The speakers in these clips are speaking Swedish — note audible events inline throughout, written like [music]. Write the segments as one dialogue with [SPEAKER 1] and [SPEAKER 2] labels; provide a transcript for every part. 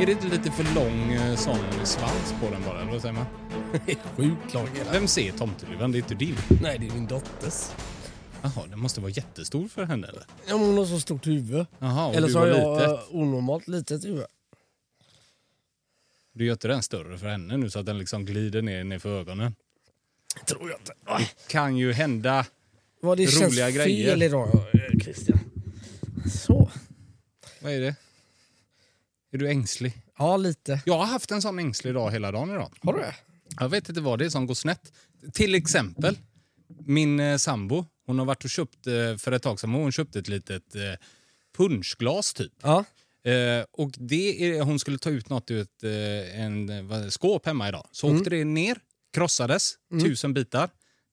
[SPEAKER 1] Är det inte lite för lång eh, sån svans på den bara? Eller vad säger man?
[SPEAKER 2] Sjukt lång hela.
[SPEAKER 1] Vem ser tomteluvan? Det är inte du.
[SPEAKER 2] Nej, det är min dotters.
[SPEAKER 1] Jaha, den måste vara jättestor för henne eller?
[SPEAKER 2] Ja, men hon har så stort huvud.
[SPEAKER 1] Jaha, och
[SPEAKER 2] Eller
[SPEAKER 1] du
[SPEAKER 2] så
[SPEAKER 1] har
[SPEAKER 2] har jag
[SPEAKER 1] litet.
[SPEAKER 2] eh, onormalt litet huvud.
[SPEAKER 1] Du gör inte den större för henne nu så att den liksom glider ner, ner för ögonen.
[SPEAKER 2] Tror jag inte. Aj,
[SPEAKER 1] Kan ju hända.
[SPEAKER 2] vad det känns
[SPEAKER 1] Roliga
[SPEAKER 2] fel
[SPEAKER 1] grejer.
[SPEAKER 2] idag, eh, Christian. Så.
[SPEAKER 1] Vad är det? Är du ängslig?
[SPEAKER 2] Ja, lite.
[SPEAKER 1] Jag har haft en sån ängslig dag hela dagen idag.
[SPEAKER 2] Har du det?
[SPEAKER 1] Jag vet inte vad det är som går snett. Till exempel, min eh, sambo, hon har varit och köpt, eh, för ett tag sedan, hon köpte ett litet eh, punschglas typ.
[SPEAKER 2] Ja.
[SPEAKER 1] Eh, och det är, hon skulle ta ut något ur ett eh, en, eh, vad- skåp hemma idag. Så
[SPEAKER 2] Mm.
[SPEAKER 1] åkte det ner, krossades, tusen bitar.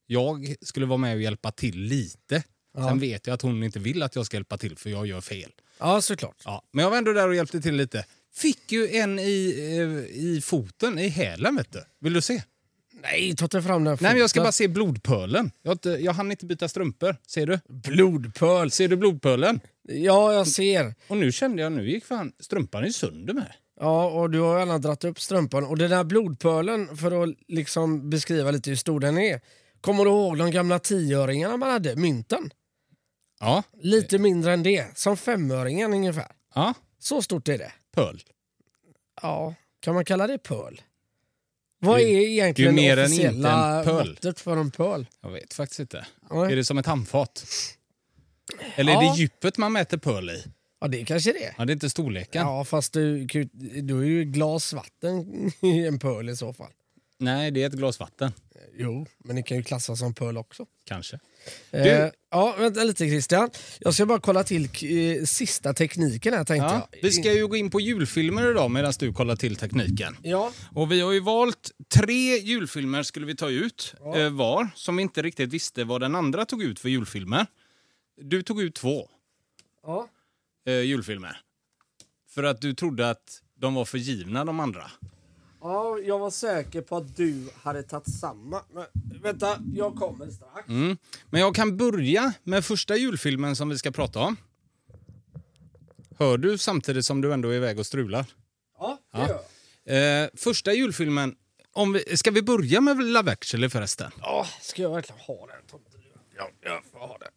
[SPEAKER 1] Jag skulle vara med och hjälpa till lite. Sen vet jag att hon inte vill att jag ska hjälpa till för jag gör fel.
[SPEAKER 2] Ja, såklart.
[SPEAKER 1] Ja, men jag var ändå där och hjälpte till lite. Fick ju en i, eh, i foten, i hälen vet du. Vill du se?
[SPEAKER 2] Nej, ta inte fram den
[SPEAKER 1] Nej, men jag ska
[SPEAKER 2] foten.
[SPEAKER 1] bara se blodpölen. Jag, har inte, jag hann inte byta strumpor. Ser du?
[SPEAKER 2] Blodpöl.
[SPEAKER 1] Ser du blodpölen?
[SPEAKER 2] Ja, jag ser.
[SPEAKER 1] Och nu kände jag, nu gick fan strumpan ju sönder med.
[SPEAKER 2] Ja, och du har gärna dratt upp strumpan. Och den där blodpölen, för att liksom beskriva lite hur stor den är. Kommer du ihåg de gamla tioöringarna man hade? Mynten?
[SPEAKER 1] Ja,
[SPEAKER 2] Lite mindre än det. Som femöringen ungefär.
[SPEAKER 1] ja,
[SPEAKER 2] Så stort är det.
[SPEAKER 1] pöl.
[SPEAKER 2] Ja, kan man kalla det pöl? Vad
[SPEAKER 1] Det-
[SPEAKER 2] är egentligen
[SPEAKER 1] det är ju
[SPEAKER 2] det
[SPEAKER 1] mer än inte en
[SPEAKER 2] officiella
[SPEAKER 1] pöl.
[SPEAKER 2] måttet för en pöl?
[SPEAKER 1] Jag vet faktiskt inte.
[SPEAKER 2] Nej.
[SPEAKER 1] Är det som ett handfat? Eller är
[SPEAKER 2] Ja.
[SPEAKER 1] det djupet man mäter pöl i?
[SPEAKER 2] Ja, det är kanske det
[SPEAKER 1] Ja, det är inte storleken.
[SPEAKER 2] Ja, fast du, kan ju- du har ju glas vatten [laughs] i en pöl i så fall.
[SPEAKER 1] Nej, det är ett glas vatten.
[SPEAKER 2] Jo, men det kan ju klassas som pöl också.
[SPEAKER 1] Kanske.
[SPEAKER 2] Eh, ja, vänta lite Christian. Jag ska bara kolla till eh, sista tekniken här tänkte
[SPEAKER 1] Ja,
[SPEAKER 2] jag.
[SPEAKER 1] vi ska ju gå in på julfilmer idag medan du kollar till tekniken.
[SPEAKER 2] Ja,
[SPEAKER 1] Och vi har ju valt tre julfilmer skulle vi ta ut eh, var, som vi inte riktigt visste vad den andra tog ut för julfilmer. Du tog ut två
[SPEAKER 2] ja.
[SPEAKER 1] eh, julfilmer. För att du trodde att de var för givna de andra.
[SPEAKER 2] ja, jag var säker på att du hade tagit samma. Men, vänta, jag kommer strax.
[SPEAKER 1] Mm. Men jag kan börja med första julfilmen som vi ska prata om. Hör du samtidigt som du ändå är iväg och strular?
[SPEAKER 2] Ja, det
[SPEAKER 1] Ja.
[SPEAKER 2] gör jag.
[SPEAKER 1] Eh, första julfilmen, om vi, ska vi börja med Love actually förresten?
[SPEAKER 2] Ja, ska jag verkligen ha den tomteluvan? Ja, jag får ha den.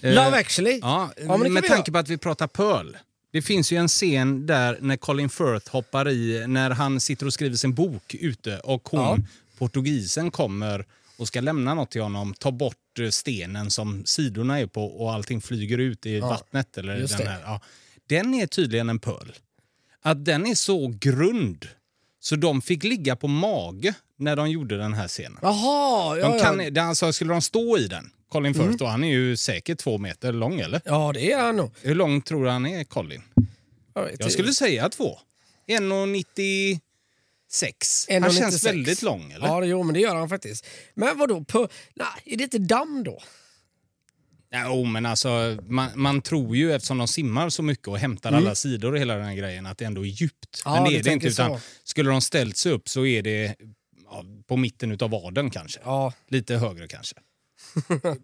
[SPEAKER 1] Eh,
[SPEAKER 2] Love actually.
[SPEAKER 1] Ja,
[SPEAKER 2] men det kan
[SPEAKER 1] med
[SPEAKER 2] vi
[SPEAKER 1] tanke
[SPEAKER 2] göra.
[SPEAKER 1] på att vi pratar Pearl. Det finns ju en scen där när Colin Firth hoppar i när han sitter och skriver sin bok ute och hon,
[SPEAKER 2] Ja.
[SPEAKER 1] portugisen, kommer och ska lämna något till honom, tar bort eh, stenen som sidorna är på och allting flyger ut i vattnet. Eller
[SPEAKER 2] just
[SPEAKER 1] den,
[SPEAKER 2] det.
[SPEAKER 1] här. Ja. den är tydligen en pöl. Att den är så grund så de fick ligga på mage när de gjorde den här scenen.
[SPEAKER 2] Jaha, ja,
[SPEAKER 1] De kan,
[SPEAKER 2] ja. Mm.
[SPEAKER 1] det- alltså, skulle de stå i den, Colin Firth, och han är ju säkert två meter lång eller?
[SPEAKER 2] ja, det är han nog. typ.
[SPEAKER 1] Hur lång tror du han är, Colin?
[SPEAKER 2] Jag vet
[SPEAKER 1] Jag
[SPEAKER 2] inte.
[SPEAKER 1] skulle säga två. 1,96. Han
[SPEAKER 2] 1,96.
[SPEAKER 1] känns väldigt lång, eller?
[SPEAKER 2] Ja, jo, men det gör han faktiskt. Men vadå, på, nej, är det inte damm då?
[SPEAKER 1] Jo, men alltså, man, man tror ju eftersom de simmar så mycket och hämtar alla sidor och hela den här grejen att det ändå är djupt.
[SPEAKER 2] Mm. Ja,
[SPEAKER 1] men det
[SPEAKER 2] du
[SPEAKER 1] är det
[SPEAKER 2] tänker
[SPEAKER 1] inte. Utan,
[SPEAKER 2] så.
[SPEAKER 1] skulle de ställt sig upp så är det ja, på mitten utav vaden kanske.
[SPEAKER 2] Ja,
[SPEAKER 1] Lite högre
[SPEAKER 2] [laughs]
[SPEAKER 1] kanske.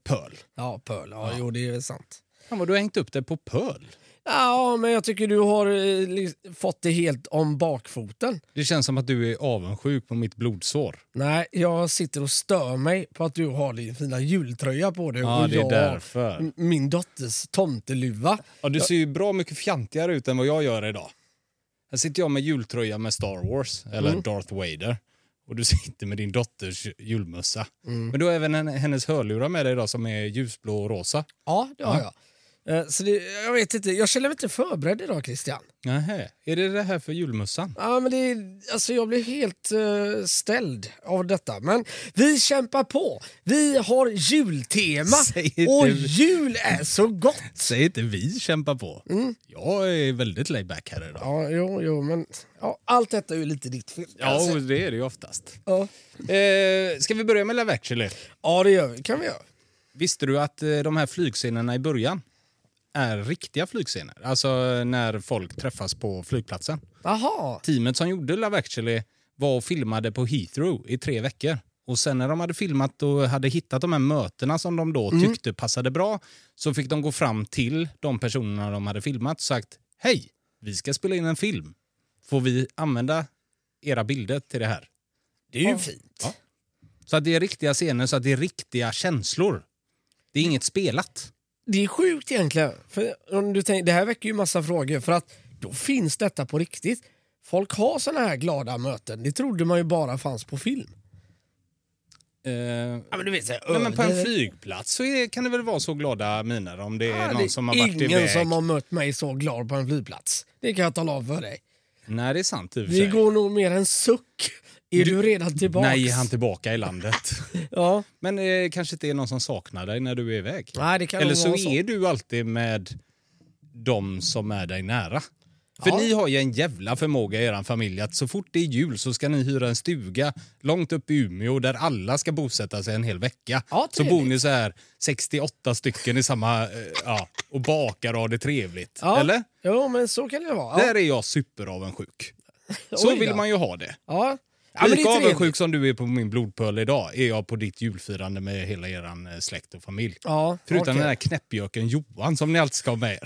[SPEAKER 1] Pöl.
[SPEAKER 2] ja pöl. Ja, jo, det är väl sant.
[SPEAKER 1] Fan vad du har hängt upp det på pöl.
[SPEAKER 2] Ja, men jag tycker du har eh, li- fått det helt om bakfoten.
[SPEAKER 1] Det känns som att du är avundsjuk på mitt blodsår.
[SPEAKER 2] Nej, jag sitter och stör mig på att du har din fina jultröja på dig
[SPEAKER 1] Ja,
[SPEAKER 2] och
[SPEAKER 1] det är
[SPEAKER 2] jag
[SPEAKER 1] därför.
[SPEAKER 2] m- min dotters tomteluva.
[SPEAKER 1] Ja, du ser ju bra mycket fjantigare ut än vad jag gör idag. Här sitter jag med jultröja med Star Wars, eller Darth Vader. Och du [laughs] sitter med din dotters julmössa. Men du har även en, hennes hörlurar med dig idag som är ljusblå och rosa.
[SPEAKER 2] Ja, det har jag. Eh, Så det, jag vet inte, jag känner mig inte förberedd idag Christian.
[SPEAKER 1] Nähä, är det det här för julmössan?
[SPEAKER 2] Ja, men det, alltså jag blev helt eh, ställd av detta. Men vi kämpar på. Vi har [laughs] jultema
[SPEAKER 1] Säg inte
[SPEAKER 2] och
[SPEAKER 1] vi.
[SPEAKER 2] jul är så gott.
[SPEAKER 1] Säg inte vi kämpar på. Jag är väldigt layback här idag.
[SPEAKER 2] Ja, jo, jo, men ja, allt detta är ju lite ditt fel.
[SPEAKER 1] Ja, och det är det ju oftast.
[SPEAKER 2] ja.
[SPEAKER 1] Alltså- Eh, ska vi börja med Love actually?
[SPEAKER 2] ja, det gör vi. kan vi göra.
[SPEAKER 1] Visste du att eh, de här flygscenerna i början är riktiga flygscener? Alltså eh, när folk träffas på flygplatsen.
[SPEAKER 2] Jaha.
[SPEAKER 1] teamet som gjorde Love actually var och filmade på Heathrow i tre veckor. Och sen när de hade filmat och hade hittat de här mötena som de då
[SPEAKER 2] Mm.
[SPEAKER 1] tyckte passade bra så fick de gå fram till de personerna de hade filmat och sagt hej, vi ska spela in en film. Får vi använda era bilder till det här?
[SPEAKER 2] Det är ju
[SPEAKER 1] Ja.
[SPEAKER 2] fint.
[SPEAKER 1] Ja. Så att det är riktiga scener, så att det är riktiga känslor. Det är inget spelat.
[SPEAKER 2] Det är sjukt egentligen. För om du tänker, det här väcker ju massa frågor. För att då finns detta på riktigt. Folk har såna här glada möten. Det trodde man ju bara fanns på film.
[SPEAKER 1] Eh,
[SPEAKER 2] Ja, men du vet, så här, "Öh,
[SPEAKER 1] Nej, men på en
[SPEAKER 2] öl-
[SPEAKER 1] flygplats så är, kan det väl vara så glada miner om det är
[SPEAKER 2] Ja,
[SPEAKER 1] någon
[SPEAKER 2] Ah, det är
[SPEAKER 1] som har varit
[SPEAKER 2] ingen
[SPEAKER 1] iväg.
[SPEAKER 2] som har mött mig så glad på en flygplats. Det kan jag tala om för dig.
[SPEAKER 1] Nej, det är sant i och för
[SPEAKER 2] Det
[SPEAKER 1] sig.
[SPEAKER 2] går nog mer en suck. Är du redan tillbaks?
[SPEAKER 1] Nej, är han tillbaka i landet.
[SPEAKER 2] ja.
[SPEAKER 1] [laughs] Men det kanske inte är någon som saknar dig när du är iväg.
[SPEAKER 2] Nej, det kan
[SPEAKER 1] Eller
[SPEAKER 2] nog
[SPEAKER 1] så
[SPEAKER 2] vara så.
[SPEAKER 1] är du alltid med de som är dig nära. För
[SPEAKER 2] Ja.
[SPEAKER 1] ni har ju en jävla förmåga i er familj att så fort det är jul så ska ni hyra en stuga långt upp i Umeå där alla ska bosätta sig en hel vecka.
[SPEAKER 2] Ja,
[SPEAKER 1] så
[SPEAKER 2] trevligt.
[SPEAKER 1] bor ni så här 68 stycken i samma... eh, Ja, och bakar och har det trevligt.
[SPEAKER 2] Ja.
[SPEAKER 1] Eller?
[SPEAKER 2] Jo, men så kan det vara.
[SPEAKER 1] Där är jag superavundsjuk. Så
[SPEAKER 2] Oj då.
[SPEAKER 1] vill man ju ha det.
[SPEAKER 2] Ja. Ja, men det är
[SPEAKER 1] Lika
[SPEAKER 2] trevligt.
[SPEAKER 1] avundsjuk som du är på min blodpöl idag är jag på ditt julfirande med hela er eh, släkt och familj.
[SPEAKER 2] Ja,
[SPEAKER 1] Förutom
[SPEAKER 2] okej.
[SPEAKER 1] den där knäppjöken Johan som ni alltid ska ha med
[SPEAKER 2] [laughs]
[SPEAKER 1] er.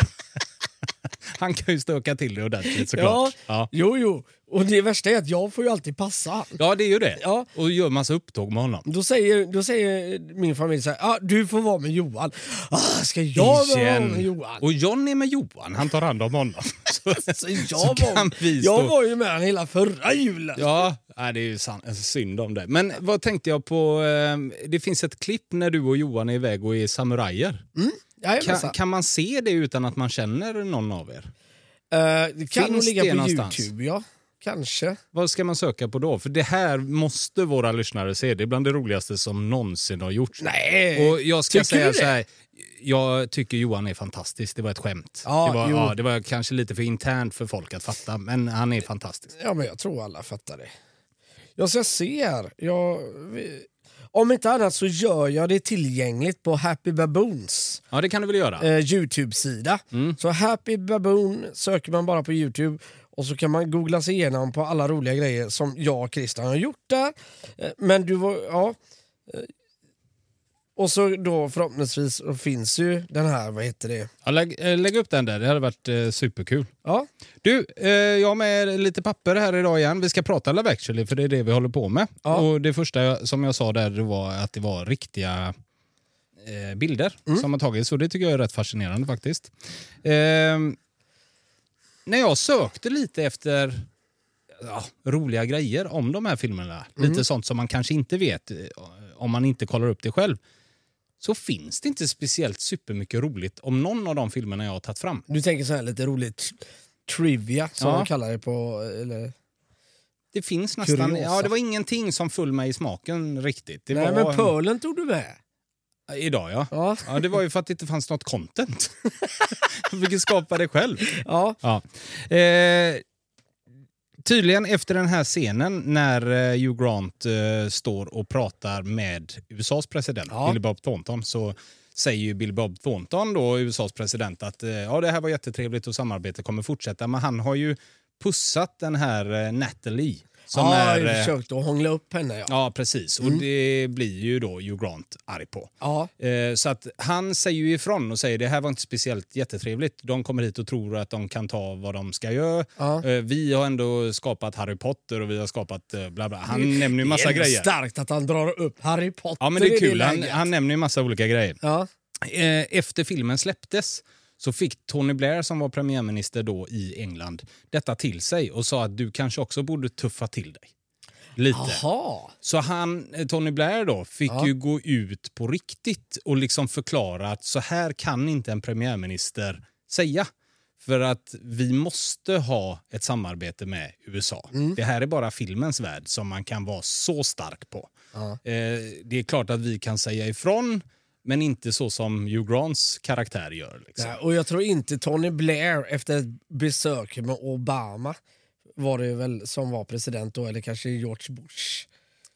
[SPEAKER 1] Han kan ju stöka till det ordentligt
[SPEAKER 2] Ja.
[SPEAKER 1] såklart. Ja.
[SPEAKER 2] Jo, jo. Och det värsta är att jag får ju alltid passa.
[SPEAKER 1] ja, det är ju det.
[SPEAKER 2] Ja.
[SPEAKER 1] Och gör massa upptåg med honom.
[SPEAKER 2] Då säger, då säger min familj så här, ah, du får vara med Johan. Ah, ska jag vara
[SPEAKER 1] Igen.
[SPEAKER 2] med Johan?
[SPEAKER 1] Och John är med Johan, han tar hand om honom. Så,
[SPEAKER 2] [laughs] Så jag,
[SPEAKER 1] så
[SPEAKER 2] var,
[SPEAKER 1] kan vi stå
[SPEAKER 2] jag var ju med han hela förra julen.
[SPEAKER 1] Ja, nej, det är ju san- alltså, synd om det. Men vad tänkte jag på? Eh, det finns ett klipp när du och Johan är iväg och är samurajer. Kan,
[SPEAKER 2] Jajamensan.
[SPEAKER 1] kan man se det utan att man känner någon av er?
[SPEAKER 2] Eh, det kan nog
[SPEAKER 1] Finns
[SPEAKER 2] ligga
[SPEAKER 1] det
[SPEAKER 2] på
[SPEAKER 1] någonstans?
[SPEAKER 2] Youtube, ja. Kanske.
[SPEAKER 1] Vad ska man söka på då? För det här måste våra lyssnare se. Det är bland det roligaste som någonsin har gjorts.
[SPEAKER 2] Nej!
[SPEAKER 1] Och jag ska
[SPEAKER 2] Tycker
[SPEAKER 1] säga
[SPEAKER 2] du det?
[SPEAKER 1] så här. Jag tycker Johan är fantastisk. Det var ett skämt.
[SPEAKER 2] Ja,
[SPEAKER 1] det, var,
[SPEAKER 2] jo.
[SPEAKER 1] ja, det var kanske lite för internt för folk att fatta, men han är fantastisk.
[SPEAKER 2] Ja, men jag tror alla fattar det. Jag ska se här. Jag, vi- om inte annat så gör jag det tillgängligt på Happy Baboons.
[SPEAKER 1] Ja, det kan du väl göra?
[SPEAKER 2] eh, Youtube-sida.
[SPEAKER 1] Mm.
[SPEAKER 2] Så Happy Baboon söker man bara på Youtube och så kan man googla sig igenom på alla roliga grejer som jag och Christian har gjort där. Eh, Men du var, ja. Eh, Och så då förhoppningsvis så finns ju den här, vad heter det?
[SPEAKER 1] Ja, lägg, eh, lägg upp den där. Det hade varit eh, superkul.
[SPEAKER 2] Ja,
[SPEAKER 1] Du, eh, jag har med lite papper här idag igen. Vi ska prata Love actually, för det är det vi håller på med.
[SPEAKER 2] Ja.
[SPEAKER 1] Och Det första jag- som jag sa där det var att det var riktiga eh, bilder som har tagits och det tycker jag är rätt fascinerande faktiskt. Ehm, när jag sökte lite efter ja, roliga grejer om de här filmerna, lite sånt som man kanske inte vet eh, om man inte kollar upp det själv, så finns det inte speciellt supermycket roligt om någon av de filmerna jag har tagit fram.
[SPEAKER 2] du tänker så här lite roligt trivia som
[SPEAKER 1] Ja.
[SPEAKER 2] de kallar det på, eh, eller?
[SPEAKER 1] Det finns nästan...
[SPEAKER 2] Kuriosa.
[SPEAKER 1] Ja, det var ingenting som föll mig i smaken riktigt. Det
[SPEAKER 2] Nej
[SPEAKER 1] var
[SPEAKER 2] men Pearlen tog du med.
[SPEAKER 1] Idag, ja.
[SPEAKER 2] Ja,
[SPEAKER 1] Ja, det var ju för att det inte fanns något content. [laughs] Jag fick ju skapa det själv.
[SPEAKER 2] ja.
[SPEAKER 1] Ja. Eh, tydligen efter den här scenen när eh, Hugh Grant eh, står och pratar med USAs president,
[SPEAKER 2] Ja.
[SPEAKER 1] Bill Bob Thornton, så säger ju Bill Bob Thornton, då, USAs president, att eh, ja, det här var jättetrevligt och samarbetet kommer fortsätta. Men han har ju pussat den här eh, Natalie. Som
[SPEAKER 2] ja,
[SPEAKER 1] är,
[SPEAKER 2] jag
[SPEAKER 1] eh,
[SPEAKER 2] försökte att hångla upp henne. Ja.
[SPEAKER 1] Ja, precis. Och det blir ju då Hugh Grant arg på.
[SPEAKER 2] Mm. Ja.
[SPEAKER 1] Eh, Så att han säger ju ifrån och säger det här var inte speciellt jättetrevligt. De kommer hit och tror att de kan ta vad de ska göra.
[SPEAKER 2] Ja.
[SPEAKER 1] Eh, Vi har ändå skapat Harry Potter och vi har skapat eh, bla bla. Han nämner ju
[SPEAKER 2] Det
[SPEAKER 1] massa
[SPEAKER 2] är ändå
[SPEAKER 1] grejer.
[SPEAKER 2] starkt att han drar upp Harry Potter
[SPEAKER 1] Ja, men det
[SPEAKER 2] i
[SPEAKER 1] är kul. Han,
[SPEAKER 2] läget.
[SPEAKER 1] han nämner ju massa olika grejer.
[SPEAKER 2] Ja.
[SPEAKER 1] Eh, Efter filmen släpptes så fick Tony Blair, som var premiärminister då i England, detta till sig och sa att du kanske också borde tuffa till dig. Lite.
[SPEAKER 2] Jaha.
[SPEAKER 1] Så han, eh, Tony Blair då, fick
[SPEAKER 2] Ja.
[SPEAKER 1] ju gå ut på riktigt och liksom förklara att så här kan inte en premiärminister säga. För att vi måste ha ett samarbete med USA.
[SPEAKER 2] Mm.
[SPEAKER 1] Det här är bara filmens värld som man kan vara så stark på.
[SPEAKER 2] Ja.
[SPEAKER 1] Eh, det är klart att vi kan säga ifrån, men inte så som Hugh Grants karaktär gör. Liksom.
[SPEAKER 2] Ja, och jag tror inte Tony Blair efter ett besök med Obama var det väl som var president då, eller kanske George Bush.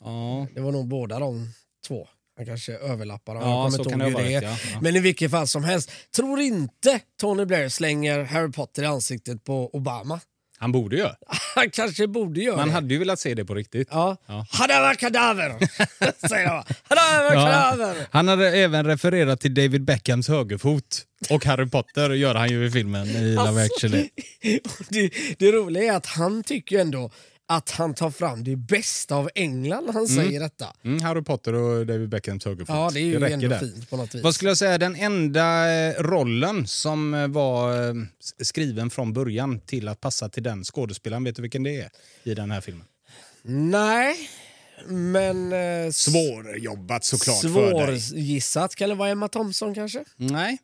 [SPEAKER 1] Ja.
[SPEAKER 2] Det var nog båda de två. Han kanske överlappar.
[SPEAKER 1] Ja,
[SPEAKER 2] jag kommer
[SPEAKER 1] så
[SPEAKER 2] inte
[SPEAKER 1] kan
[SPEAKER 2] ihåg
[SPEAKER 1] det ha
[SPEAKER 2] hur
[SPEAKER 1] varit,
[SPEAKER 2] är.
[SPEAKER 1] ja. Ja.
[SPEAKER 2] Men i vilket fall som helst, tror inte Tony Blair slänger Harry Potter i ansiktet på Obama. [laughs]
[SPEAKER 1] Han borde ju.
[SPEAKER 2] Han kanske borde göra
[SPEAKER 1] Man
[SPEAKER 2] det.
[SPEAKER 1] hade ju velat se det på riktigt.
[SPEAKER 2] Ja.
[SPEAKER 1] Ja.
[SPEAKER 2] Hadaver kadaver! Säger jag. Hadaver kadaver!
[SPEAKER 1] Han hade även refererat till David Beckhams högerfot. Och Harry Potter gör han ju i filmen i Love
[SPEAKER 2] Alltså,
[SPEAKER 1] actually.
[SPEAKER 2] det, [laughs] det roliga är att han tycker ju ändå att han tar fram det bästa av England när han säger detta.
[SPEAKER 1] Mm, Harry Potter och David Beckhams högerfot.
[SPEAKER 2] Ja, det är ju
[SPEAKER 1] räcker
[SPEAKER 2] ändå
[SPEAKER 1] där.
[SPEAKER 2] fint på något vis.
[SPEAKER 1] Vad skulle jag säga, den enda eh, rollen som eh, var eh, s- skriven från början till att passa till den skådespelaren, vet du vilken det är i den här filmen?
[SPEAKER 2] Nej, men... Eh, s-
[SPEAKER 1] Svårjobbat såklart för dig.
[SPEAKER 2] Svårgissat kan det vara Emma Thompson kanske?
[SPEAKER 1] Nej,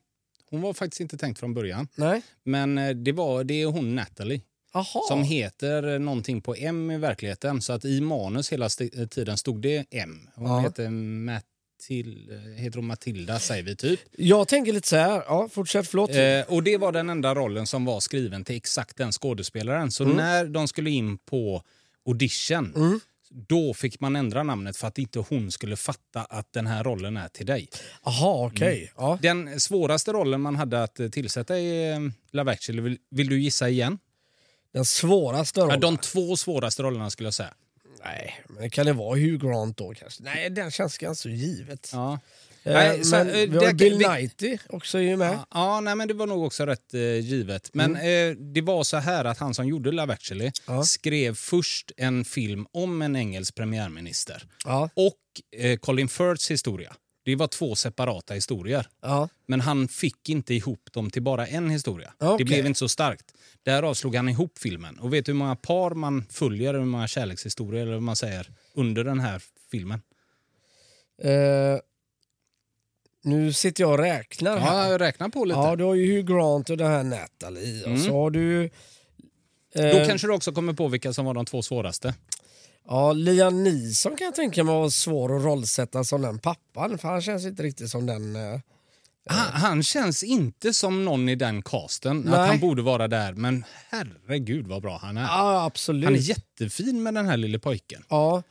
[SPEAKER 1] hon var faktiskt inte tänkt från början.
[SPEAKER 2] Nej.
[SPEAKER 1] Men eh, det, var, det är hon Natalie.
[SPEAKER 2] Aha.
[SPEAKER 1] Som heter eh, någonting på M i verkligheten. Så att i manus hela sti- tiden stod det M. Hon
[SPEAKER 2] Ja.
[SPEAKER 1] heter, Matil- heter hon Matilda, säger vi typ.
[SPEAKER 2] Jag tänker lite så här. Ja, fortsätt, förlåt.
[SPEAKER 1] Eh, och det var den enda rollen som var skriven till exakt den skådespelaren. Så när de skulle in på audition, då fick man ändra namnet för att inte hon skulle fatta att den här rollen är till dig.
[SPEAKER 2] Aha,
[SPEAKER 1] mm.
[SPEAKER 2] okej. Ja.
[SPEAKER 1] Den svåraste rollen man hade att eh, tillsätta i eh, Love actually, vill, vill du gissa igen?
[SPEAKER 2] Den svåraste
[SPEAKER 1] Ja,
[SPEAKER 2] rollen.
[SPEAKER 1] de två svåraste rollerna skulle jag säga.
[SPEAKER 2] Nej, men kan det vara Hugh Grant då kanske? Nej, den känns ganska givet.
[SPEAKER 1] Ja.
[SPEAKER 2] Eh,
[SPEAKER 1] Nej, så,
[SPEAKER 2] men
[SPEAKER 1] eh,
[SPEAKER 2] vi
[SPEAKER 1] det-
[SPEAKER 2] har Bill
[SPEAKER 1] vi-
[SPEAKER 2] Knighty också är ju med.
[SPEAKER 1] Ja, Ja, nej, men det var nog också rätt eh, givet. Men eh, det var så här att han som gjorde Love actually
[SPEAKER 2] Mm. Ja.
[SPEAKER 1] skrev först en film om en engelsk premiärminister.
[SPEAKER 2] Ja.
[SPEAKER 1] och eh, Colin Firths historia. Det var två separata historier.
[SPEAKER 2] Ja.
[SPEAKER 1] Men han fick inte ihop dem till bara en historia.
[SPEAKER 2] Okej.
[SPEAKER 1] Det blev inte så starkt. Därav slog han ihop filmen. Och vet du hur många par man följer, hur många kärlekshistorier eller vad man säger, under den här filmen?
[SPEAKER 2] Eh, nu sitter jag och räknar
[SPEAKER 1] Ja,
[SPEAKER 2] här.
[SPEAKER 1] jag räknar på lite. Mm.
[SPEAKER 2] Ja, du har ju Hugh Grant och den här Natalie. Och så har du... eh,
[SPEAKER 1] Då kanske du också kommer på vilka som var de två svåraste.
[SPEAKER 2] Ja, Liam Neeson kan jag tänka mig var svår att rollsätta som den pappan. För han känns inte riktigt som den... eh,
[SPEAKER 1] Han, Ah, han känns inte som någon i den casten,
[SPEAKER 2] Nej.
[SPEAKER 1] att han borde vara där. Men herregud vad bra han är.
[SPEAKER 2] Ja, absolut.
[SPEAKER 1] Han är jättefin med den här lille pojken.
[SPEAKER 2] Ja.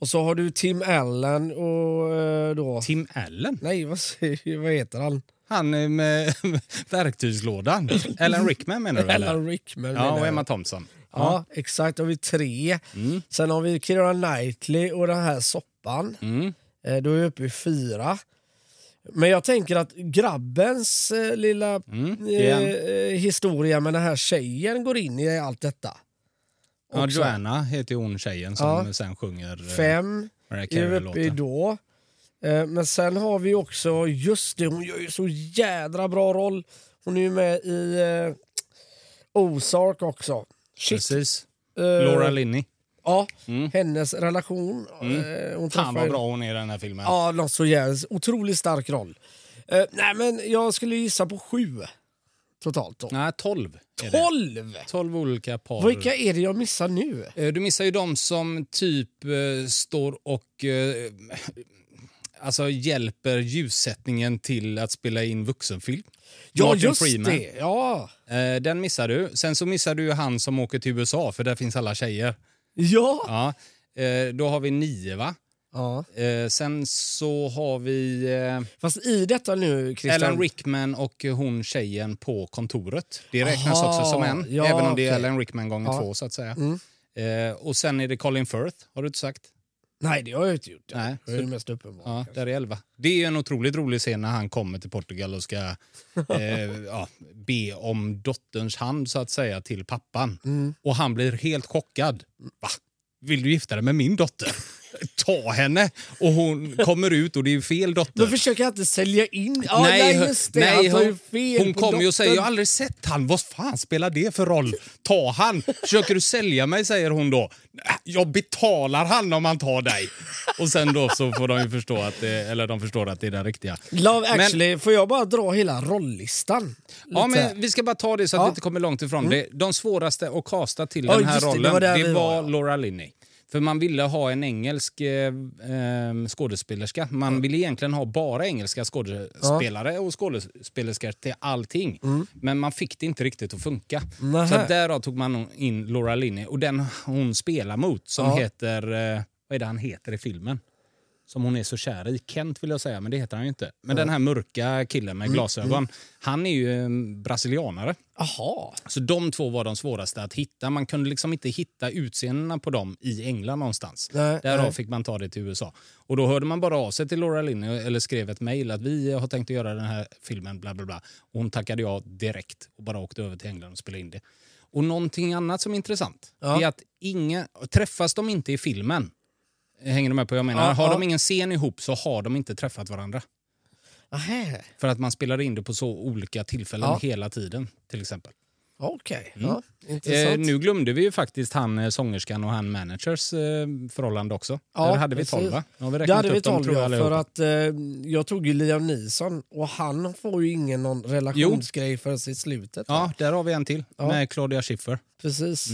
[SPEAKER 2] Och så har du Tim Allen och eh, då...
[SPEAKER 1] Tim Allen.
[SPEAKER 2] Nej, vad, säger- vad heter han?
[SPEAKER 1] Han är med [laughs] verktygslådan. Alan Rickman menar du? Eller?
[SPEAKER 2] Alan Rickman
[SPEAKER 1] Ja,
[SPEAKER 2] menar
[SPEAKER 1] och
[SPEAKER 2] jag.
[SPEAKER 1] Emma Thompson.
[SPEAKER 2] Ja, exakt. Då har vi tre. Sen har vi Keira Knightley och den här soppan.
[SPEAKER 1] Mm.
[SPEAKER 2] Eh, Då är vi uppe i fyra. Men jag tänker att grabbens eh, lilla
[SPEAKER 1] Mm, det är
[SPEAKER 2] eh,
[SPEAKER 1] han.
[SPEAKER 2] eh, historia med den här tjejen går in i allt detta.
[SPEAKER 1] Eh, Ja,
[SPEAKER 2] Också.
[SPEAKER 1] Joanna heter ju hon tjejen som
[SPEAKER 2] Ja.
[SPEAKER 1] sen sjunger eh,
[SPEAKER 2] Fem
[SPEAKER 1] Mariah
[SPEAKER 2] är vi uppe i
[SPEAKER 1] Carey-låten.
[SPEAKER 2] då. Eh, Men sen har vi också, just det, hon gör ju så jädra bra roll. Hon är ju med i eh, Ozark också. Shit.
[SPEAKER 1] Precis.
[SPEAKER 2] eh,
[SPEAKER 1] Laura Linney.
[SPEAKER 2] Ja,
[SPEAKER 1] Mm.
[SPEAKER 2] hennes relation. eh,
[SPEAKER 1] Fan
[SPEAKER 2] Hon träffar
[SPEAKER 1] vad
[SPEAKER 2] ju-
[SPEAKER 1] bra hon är i den här filmen.
[SPEAKER 2] Ja, något så jävligt. Otroligt stark roll. Eh, nej, men jag skulle gissa på sju totalt då.
[SPEAKER 1] Nej, 12 är det.
[SPEAKER 2] Tolv!
[SPEAKER 1] 12 olika par.
[SPEAKER 2] Vilka är det jag missar nu?
[SPEAKER 1] Eh, Du missar ju de som typ eh, står och eh, alltså hjälper ljussättningen till att spela in vuxenfilm.
[SPEAKER 2] Ja,
[SPEAKER 1] Martin
[SPEAKER 2] just
[SPEAKER 1] Freeman.
[SPEAKER 2] det. Ja.
[SPEAKER 1] Eh, Den missar du. Sen så missar du ju han som åker till USA, för där finns alla tjejer.
[SPEAKER 2] Ja.
[SPEAKER 1] Ja. Eh, Då har vi nio, va?
[SPEAKER 2] ja.
[SPEAKER 1] Eh, Sen så har vi eh,
[SPEAKER 2] Fast i detta nu, Christian...
[SPEAKER 1] Alan Rickman och hon tjejen på kontoret. Det räknas
[SPEAKER 2] Aha,
[SPEAKER 1] också som en,
[SPEAKER 2] ja,
[SPEAKER 1] även om det är
[SPEAKER 2] okej.
[SPEAKER 1] Alan Rickman gånger
[SPEAKER 2] Ja.
[SPEAKER 1] två. så att säga.
[SPEAKER 2] Mm.
[SPEAKER 1] Eh, Och sen är det Colin Firth, har du inte sagt?
[SPEAKER 2] Nej, det har jag inte gjort.
[SPEAKER 1] Nej,
[SPEAKER 2] Det är det mest uppenbara.
[SPEAKER 1] Ja,
[SPEAKER 2] kanske.
[SPEAKER 1] där är elva. Det är ju en otroligt rolig scen när han kommer till Portugal och ska eh, ja, be om dotterns hand så att säga till pappan. Och han blir helt chockad. Va? Vill du gifta dig med min dotter? Ta henne! Och hon kommer ut och det är ju fel dotter.
[SPEAKER 2] Då försöker jag inte sälja in... Ja, nej, just det.
[SPEAKER 1] nej,
[SPEAKER 2] han tar ju
[SPEAKER 1] hon,
[SPEAKER 2] fel
[SPEAKER 1] hon
[SPEAKER 2] på
[SPEAKER 1] kommer ju och säger jag har
[SPEAKER 2] dottern.
[SPEAKER 1] aldrig sett han. Vad fan spelar det för roll? Ta han! Försöker du sälja mig, säger hon då. "Nä, Jag betalar han om han tar dig. Och sen då så får de ju förstå att det, eller de förstår att det är den riktiga.
[SPEAKER 2] Love actually, får jag bara dra hela rollistan?
[SPEAKER 1] Ja,
[SPEAKER 2] Lite.
[SPEAKER 1] men vi ska bara ta det så att
[SPEAKER 2] Ja.
[SPEAKER 1] vi
[SPEAKER 2] Mm.
[SPEAKER 1] inte kommer långt ifrån det. De svåraste att kasta till
[SPEAKER 2] Ja,
[SPEAKER 1] den här
[SPEAKER 2] just det, det
[SPEAKER 1] rollen,
[SPEAKER 2] var
[SPEAKER 1] det
[SPEAKER 2] där
[SPEAKER 1] var,
[SPEAKER 2] vi var, ja.
[SPEAKER 1] Laura Linney. För man ville ha en engelsk eh, eh, skådespelerska. Man ville egentligen ha bara engelska skådespelare och skådespelerskor till allting. Men man fick det inte riktigt att funka.
[SPEAKER 2] Mm. Nähä.
[SPEAKER 1] Så att därav tog man in Laura Linney och den hon spelar mot som
[SPEAKER 2] Ja.
[SPEAKER 1] heter... Eh, vad är det han heter i filmen? som hon är så kär i. Kent vill jag säga, men det heter han ju inte. Men den här mörka killen
[SPEAKER 2] Mm.
[SPEAKER 1] med glasögon, han är ju en brasilianare.
[SPEAKER 2] Jaha.
[SPEAKER 1] Så de två var de svåraste att hitta. Man kunde liksom inte hitta utseendena på dem i England någonstans.
[SPEAKER 2] Nej,
[SPEAKER 1] Därav
[SPEAKER 2] nej.
[SPEAKER 1] fick man ta det till USA. Och då hörde man bara av sig till Laura Linney eller skrev ett mejl att vi har tänkt att göra den här filmen, bla bla bla. Och hon tackade ja direkt och bara åkte över till England och spelade in det. Och någonting annat som är intressant
[SPEAKER 2] Ja.
[SPEAKER 1] är att inga, träffas de inte i filmen, hänger du med på vad jag menar?
[SPEAKER 2] Ja,
[SPEAKER 1] har
[SPEAKER 2] ja.
[SPEAKER 1] de ingen scen ihop så har de inte träffat varandra.
[SPEAKER 2] Nähä.
[SPEAKER 1] För att man spelar in det på så olika tillfällen
[SPEAKER 2] Ja.
[SPEAKER 1] hela tiden till exempel.
[SPEAKER 2] Okej.
[SPEAKER 1] Mm.
[SPEAKER 2] Ja, intressant.
[SPEAKER 1] Eh, nu glömde vi ju faktiskt han eh, sångerskan och han managers eh, förhållande också.
[SPEAKER 2] Ja,
[SPEAKER 1] Där hade vi
[SPEAKER 2] precis.
[SPEAKER 1] tolv va? Nu har vi
[SPEAKER 2] Det
[SPEAKER 1] räknat
[SPEAKER 2] hade vi
[SPEAKER 1] upp dem,
[SPEAKER 2] talat
[SPEAKER 1] tror jag,
[SPEAKER 2] om, för
[SPEAKER 1] allihopa.
[SPEAKER 2] att eh, jag tog ju Liam Neeson och han får ju ingen någon relationsgrej förrän i slutet. va?
[SPEAKER 1] Ja, Mm. där har vi en till
[SPEAKER 2] Ja.
[SPEAKER 1] med Claudia Schiffer.
[SPEAKER 2] Precis.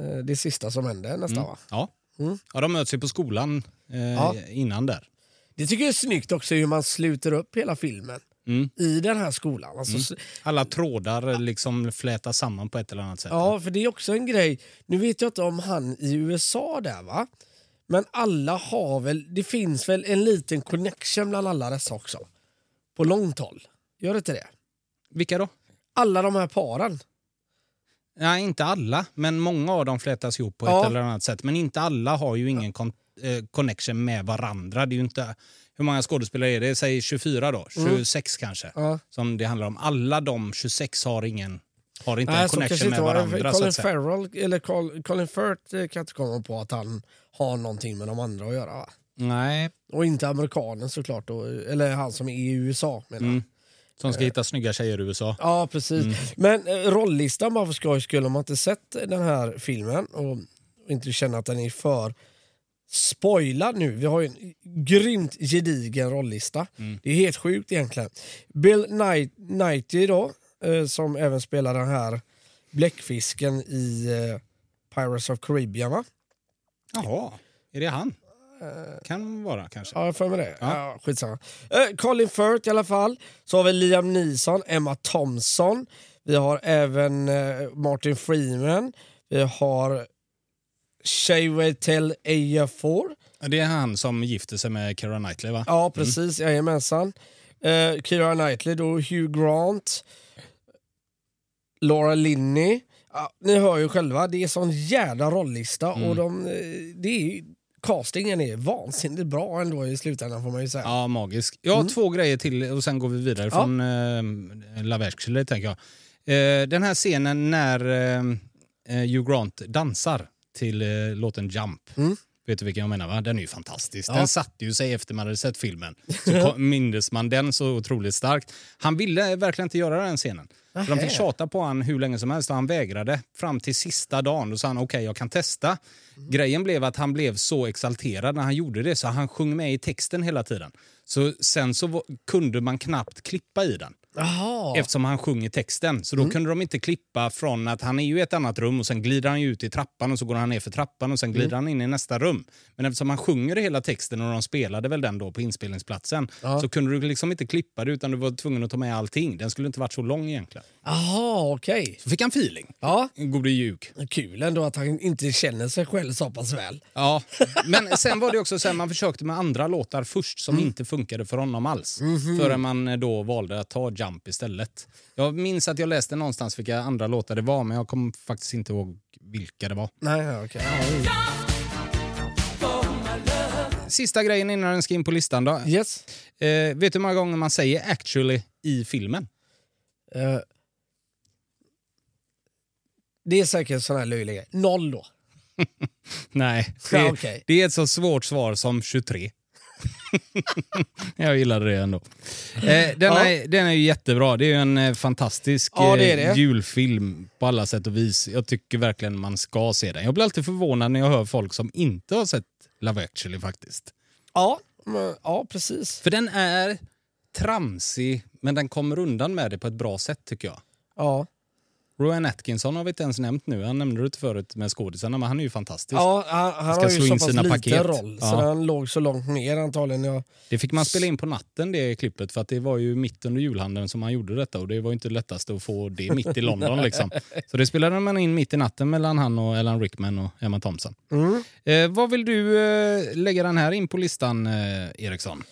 [SPEAKER 2] Eh, det sista som hände nästan va?
[SPEAKER 1] Ja.
[SPEAKER 2] Mm.
[SPEAKER 1] ja, de möts ju på skolan eh,
[SPEAKER 2] Ja.
[SPEAKER 1] innan där.
[SPEAKER 2] Det tycker jag är snyggt också hur man sluter upp hela filmen
[SPEAKER 1] Mm.
[SPEAKER 2] i den här skolan. Alltså, s-
[SPEAKER 1] Alla trådar eh, liksom flätas samman på ett eller annat sätt.
[SPEAKER 2] Ja, för det är också en grej. Nu vet jag inte om han i USA där va? Men alla har väl, det finns väl en liten connection bland alla dessa också? På långt håll. Gör det inte det?
[SPEAKER 1] Vilka då?
[SPEAKER 2] Alla de här paren.
[SPEAKER 1] Nej, inte alla, men många av dem flätas ihop på
[SPEAKER 2] Ja.
[SPEAKER 1] ett eller annat sätt. Men inte alla har ju ingen kon- eh, connection med varandra. Det är ju inte... Hur många skådespelare är det? Säg 24 då? 26 kanske?
[SPEAKER 2] Mm. Ja.
[SPEAKER 1] som det handlar om. Alla de 26 har ingen har inte en
[SPEAKER 2] så kanske
[SPEAKER 1] connection med
[SPEAKER 2] inte var-
[SPEAKER 1] varandra. Så
[SPEAKER 2] Colin
[SPEAKER 1] att säga.
[SPEAKER 2] Farrell, eller Col, Colin Firth eh, kan jag inte komma på att han har någonting med de andra att göra va?
[SPEAKER 1] Nej,
[SPEAKER 2] Och inte amerikanen såklart, då, eller han som är i USA menar jag.
[SPEAKER 1] Mm. som
[SPEAKER 2] Eh.
[SPEAKER 1] ska hitta snygga tjejer i USA.
[SPEAKER 2] Ja, precis. Men eh, rollistan, bara för skojs skull, om man inte sett den här filmen och inte känner att den är för spoilad nu. Vi har ju en grymt gedigen rollista. Det är helt sjukt egentligen. Bill Knight, Knighty då, eh, som även spelar den här bläckfisken i eh, Pirates of Caribbean va?
[SPEAKER 1] Jaha, är det han?
[SPEAKER 2] Eh.
[SPEAKER 1] Kan vara kanske.
[SPEAKER 2] Ja, jag har för mig det. Ja.
[SPEAKER 1] Ja.
[SPEAKER 2] skitsamma. Eh, Colin Firth i alla fall. Så har vi Liam Neeson, Emma Thompson. Vi har även eh, Martin Freeman. Vi har Shaywetel Ejiofor.
[SPEAKER 1] Det är han som gifte sig med Keira Knightley va?
[SPEAKER 2] Ja, precis. Jajamensan. Eh, Keira Knightley då, Hugh Grant. Laura Linney. Ja, ni hör ju själva, det är sån jävla rollista
[SPEAKER 1] Mm.
[SPEAKER 2] och de, eh, det är, ju- castingen är vansinnigt bra ändå i slutändan får man ju säga.
[SPEAKER 1] Ja, magisk. Jag har två grejer till och sen går vi vidare
[SPEAKER 2] Ja.
[SPEAKER 1] från eh, La Verchelay, tänker jag. Eh, den här scenen när eh, eh, Hugh Grant dansar till eh, låten Jump.
[SPEAKER 2] Mm.
[SPEAKER 1] Vet du vilken jag menar? Va? Den är ju fantastisk.
[SPEAKER 2] Ja.
[SPEAKER 1] Den satte ju sig efter man hade sett filmen.
[SPEAKER 2] [laughs]
[SPEAKER 1] Så kom- mindes man den så otroligt starkt. Han ville verkligen inte göra den scenen. För De fick
[SPEAKER 2] Nähä.
[SPEAKER 1] tjata på han hur länge som helst och han vägrade. Fram till sista dagen då sa han okej, jag kan testa.
[SPEAKER 2] Mm.
[SPEAKER 1] Grejen blev att han blev så exalterad när han gjorde det så han sjöng med i texten hela tiden. Så sen så var- kunde man knappt klippa i den
[SPEAKER 2] Jaha.
[SPEAKER 1] eftersom han sjunger texten. Så då kunde de inte klippa från att han är ju i ett annat rum och sen glider han ju ut i trappan och så går han ner för trappan och sen glider han in i nästa rum. Men eftersom han sjunger hela texten och de spelade väl den då på inspelningsplatsen
[SPEAKER 2] Ja.
[SPEAKER 1] så kunde du liksom inte klippa det utan du var tvungen att ta med allting. Den skulle inte varit så lång egentligen.
[SPEAKER 2] Jaha, okej.
[SPEAKER 1] Så fick han feeling.
[SPEAKER 2] Ja,
[SPEAKER 1] Gode ljug.
[SPEAKER 2] kul ändå att han inte känner sig själv så pass väl.
[SPEAKER 1] Ja, men sen var det också så här, man försökte med andra låtar först som inte funkade för honom alls. Förrän man eh, då valde att ta Jump istället. Jag minns att jag läste någonstans vilka andra låtar det var, men jag kommer faktiskt inte ihåg vilka det var.
[SPEAKER 2] Nej, ja, okej.
[SPEAKER 1] Sista grejen innan den ska in på listan då.
[SPEAKER 2] Ja. Yes.
[SPEAKER 1] Eh, vet du hur många gånger man säger actually i filmen?
[SPEAKER 2] Eh, det är säkert sån här löjlig grej. Noll då.
[SPEAKER 1] Nej, det,
[SPEAKER 2] Ja, okej.
[SPEAKER 1] det är ett så svårt svar som 23. [laughs] jag gillade det ändå. Eh, den,
[SPEAKER 2] Ja.
[SPEAKER 1] är, den är ju jättebra. Det är ju en eh, fantastisk
[SPEAKER 2] Ja, det är
[SPEAKER 1] eh,
[SPEAKER 2] det.
[SPEAKER 1] julfilm på alla sätt och vis. Jag tycker verkligen man ska se den. Jag blir alltid förvånad när jag hör folk som inte har sett Love actually faktiskt.
[SPEAKER 2] Ja, men, ja precis.
[SPEAKER 1] För den är tramsig, men den kommer undan med det på ett bra sätt tycker jag.
[SPEAKER 2] Ja.
[SPEAKER 1] Rowan Atkinson har vi inte ens nämnt nu. Han nämnde det inte förut med skådisarna, men han är ju fantastisk.
[SPEAKER 2] Ja, han, han
[SPEAKER 1] Ska
[SPEAKER 2] har ju
[SPEAKER 1] slå
[SPEAKER 2] så
[SPEAKER 1] in
[SPEAKER 2] pass
[SPEAKER 1] sina
[SPEAKER 2] liten
[SPEAKER 1] paket.
[SPEAKER 2] roll så
[SPEAKER 1] Ja.
[SPEAKER 2] han låg så långt ner antagligen. Jag,
[SPEAKER 1] Det fick man spela in på natten det klippet för att det var ju mitt under julhandeln som han gjorde detta och det var ju inte lättast att få det mitt i London
[SPEAKER 2] [laughs]
[SPEAKER 1] liksom. Så det spelade man in mitt i natten mellan han och Alan Rickman och Emma Thompson.
[SPEAKER 2] mm.
[SPEAKER 1] Eh, vad vill du eh, lägga den här in på listan, eh, Eriksson?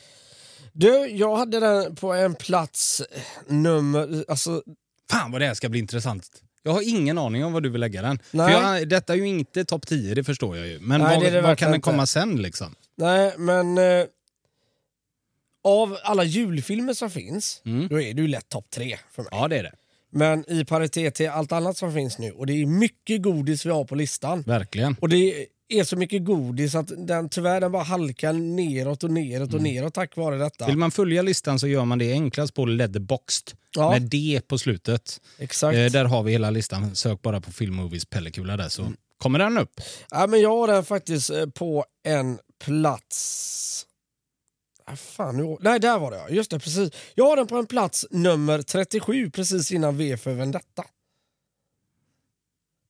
[SPEAKER 2] Du, jag hade den på en plats eh, nummer... Alltså,
[SPEAKER 1] Fan vad det här ska bli intressant. Jag har ingen aning om vad du vill lägga den.
[SPEAKER 2] Nej.
[SPEAKER 1] För jag, detta är ju inte topp 10, det förstår jag ju. Men
[SPEAKER 2] Nej, det är
[SPEAKER 1] vad,
[SPEAKER 2] det
[SPEAKER 1] vad kan
[SPEAKER 2] verkligen
[SPEAKER 1] den komma
[SPEAKER 2] inte.
[SPEAKER 1] sen liksom?
[SPEAKER 2] nej, men... Eh, av alla julfilmer som finns,
[SPEAKER 1] Mm.
[SPEAKER 2] då är det ju lätt topp tre för mig.
[SPEAKER 1] Ja, det är det.
[SPEAKER 2] Men i paritet till allt annat som finns nu. Och det är mycket godis vi har på listan.
[SPEAKER 1] Verkligen.
[SPEAKER 2] Och det är så mycket godis att den tyvärr den bara halkar neråt och neråt och
[SPEAKER 1] Mm.
[SPEAKER 2] neråt tack vare detta.
[SPEAKER 1] Vill man följa listan så gör man det enklast på Letterboxd.
[SPEAKER 2] Ja.
[SPEAKER 1] Med D på slutet.
[SPEAKER 2] Exakt.
[SPEAKER 1] Eh, där har vi hela listan. Sök bara på Film Movies Pellekula där så kommer den upp.
[SPEAKER 2] Ja, men jag har den faktiskt eh, på en plats... Ah, fan, nu... Nej, där var det ja. Just det, precis. Jag har den på en plats nummer 37 precis innan V för Vendetta.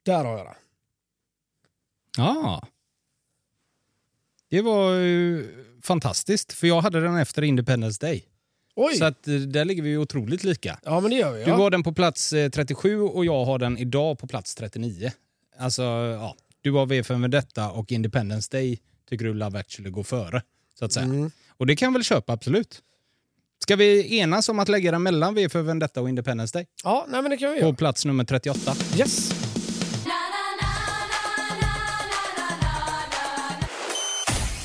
[SPEAKER 2] Där har jag den.
[SPEAKER 1] Ja. Det var ju fantastiskt, för jag hade den efter Independence Day.
[SPEAKER 2] Oj!
[SPEAKER 1] Så att, eh, där ligger vi ju otroligt lika.
[SPEAKER 2] Ja, men det gör vi.
[SPEAKER 1] Du
[SPEAKER 2] Ja.
[SPEAKER 1] har den på plats eh, 37 och jag har den idag på plats 39. Alltså, ja. Du har V för Vendetta och Independence Day tycker du Love actually går före. Så att säga.
[SPEAKER 2] Mm.
[SPEAKER 1] Och det kan jag väl köpa, absolut. Ska vi enas om att lägga den mellan V för Vendetta och Independence Day?
[SPEAKER 2] Ja, nej, men det kan vi
[SPEAKER 1] På
[SPEAKER 2] göra.
[SPEAKER 1] plats nummer 38.
[SPEAKER 2] Yes!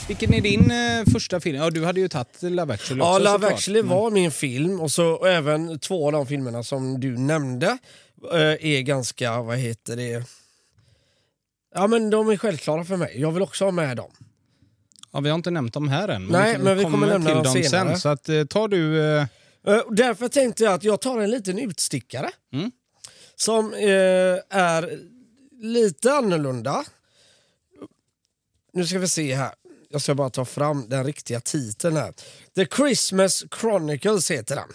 [SPEAKER 1] Vilken är din eh, första film? Ja, du hade ju tagit Love actually
[SPEAKER 2] Ja,
[SPEAKER 1] också
[SPEAKER 2] Love
[SPEAKER 1] såklart. Mm.
[SPEAKER 2] actually
[SPEAKER 1] Men-
[SPEAKER 2] var min film och, så, och även två av de filmerna som du nämnde eh, är ganska, vad heter det? Ja men de är självklara för mig. Jag vill också ha med dem.
[SPEAKER 1] Ja, vi har inte nämnt dem här än. Men
[SPEAKER 2] Nej,
[SPEAKER 1] vi,
[SPEAKER 2] men vi kommer nämna
[SPEAKER 1] till
[SPEAKER 2] dem senare.
[SPEAKER 1] sen. Så att, eh, tar du... Eh,
[SPEAKER 2] Eh, och Därför tänkte jag att jag tar en liten utstickare.
[SPEAKER 1] Mm.
[SPEAKER 2] Som eh, är lite annorlunda. Nu ska vi se här. Jag ska bara ta fram den riktiga titeln här. The Christmas Chronicles heter den.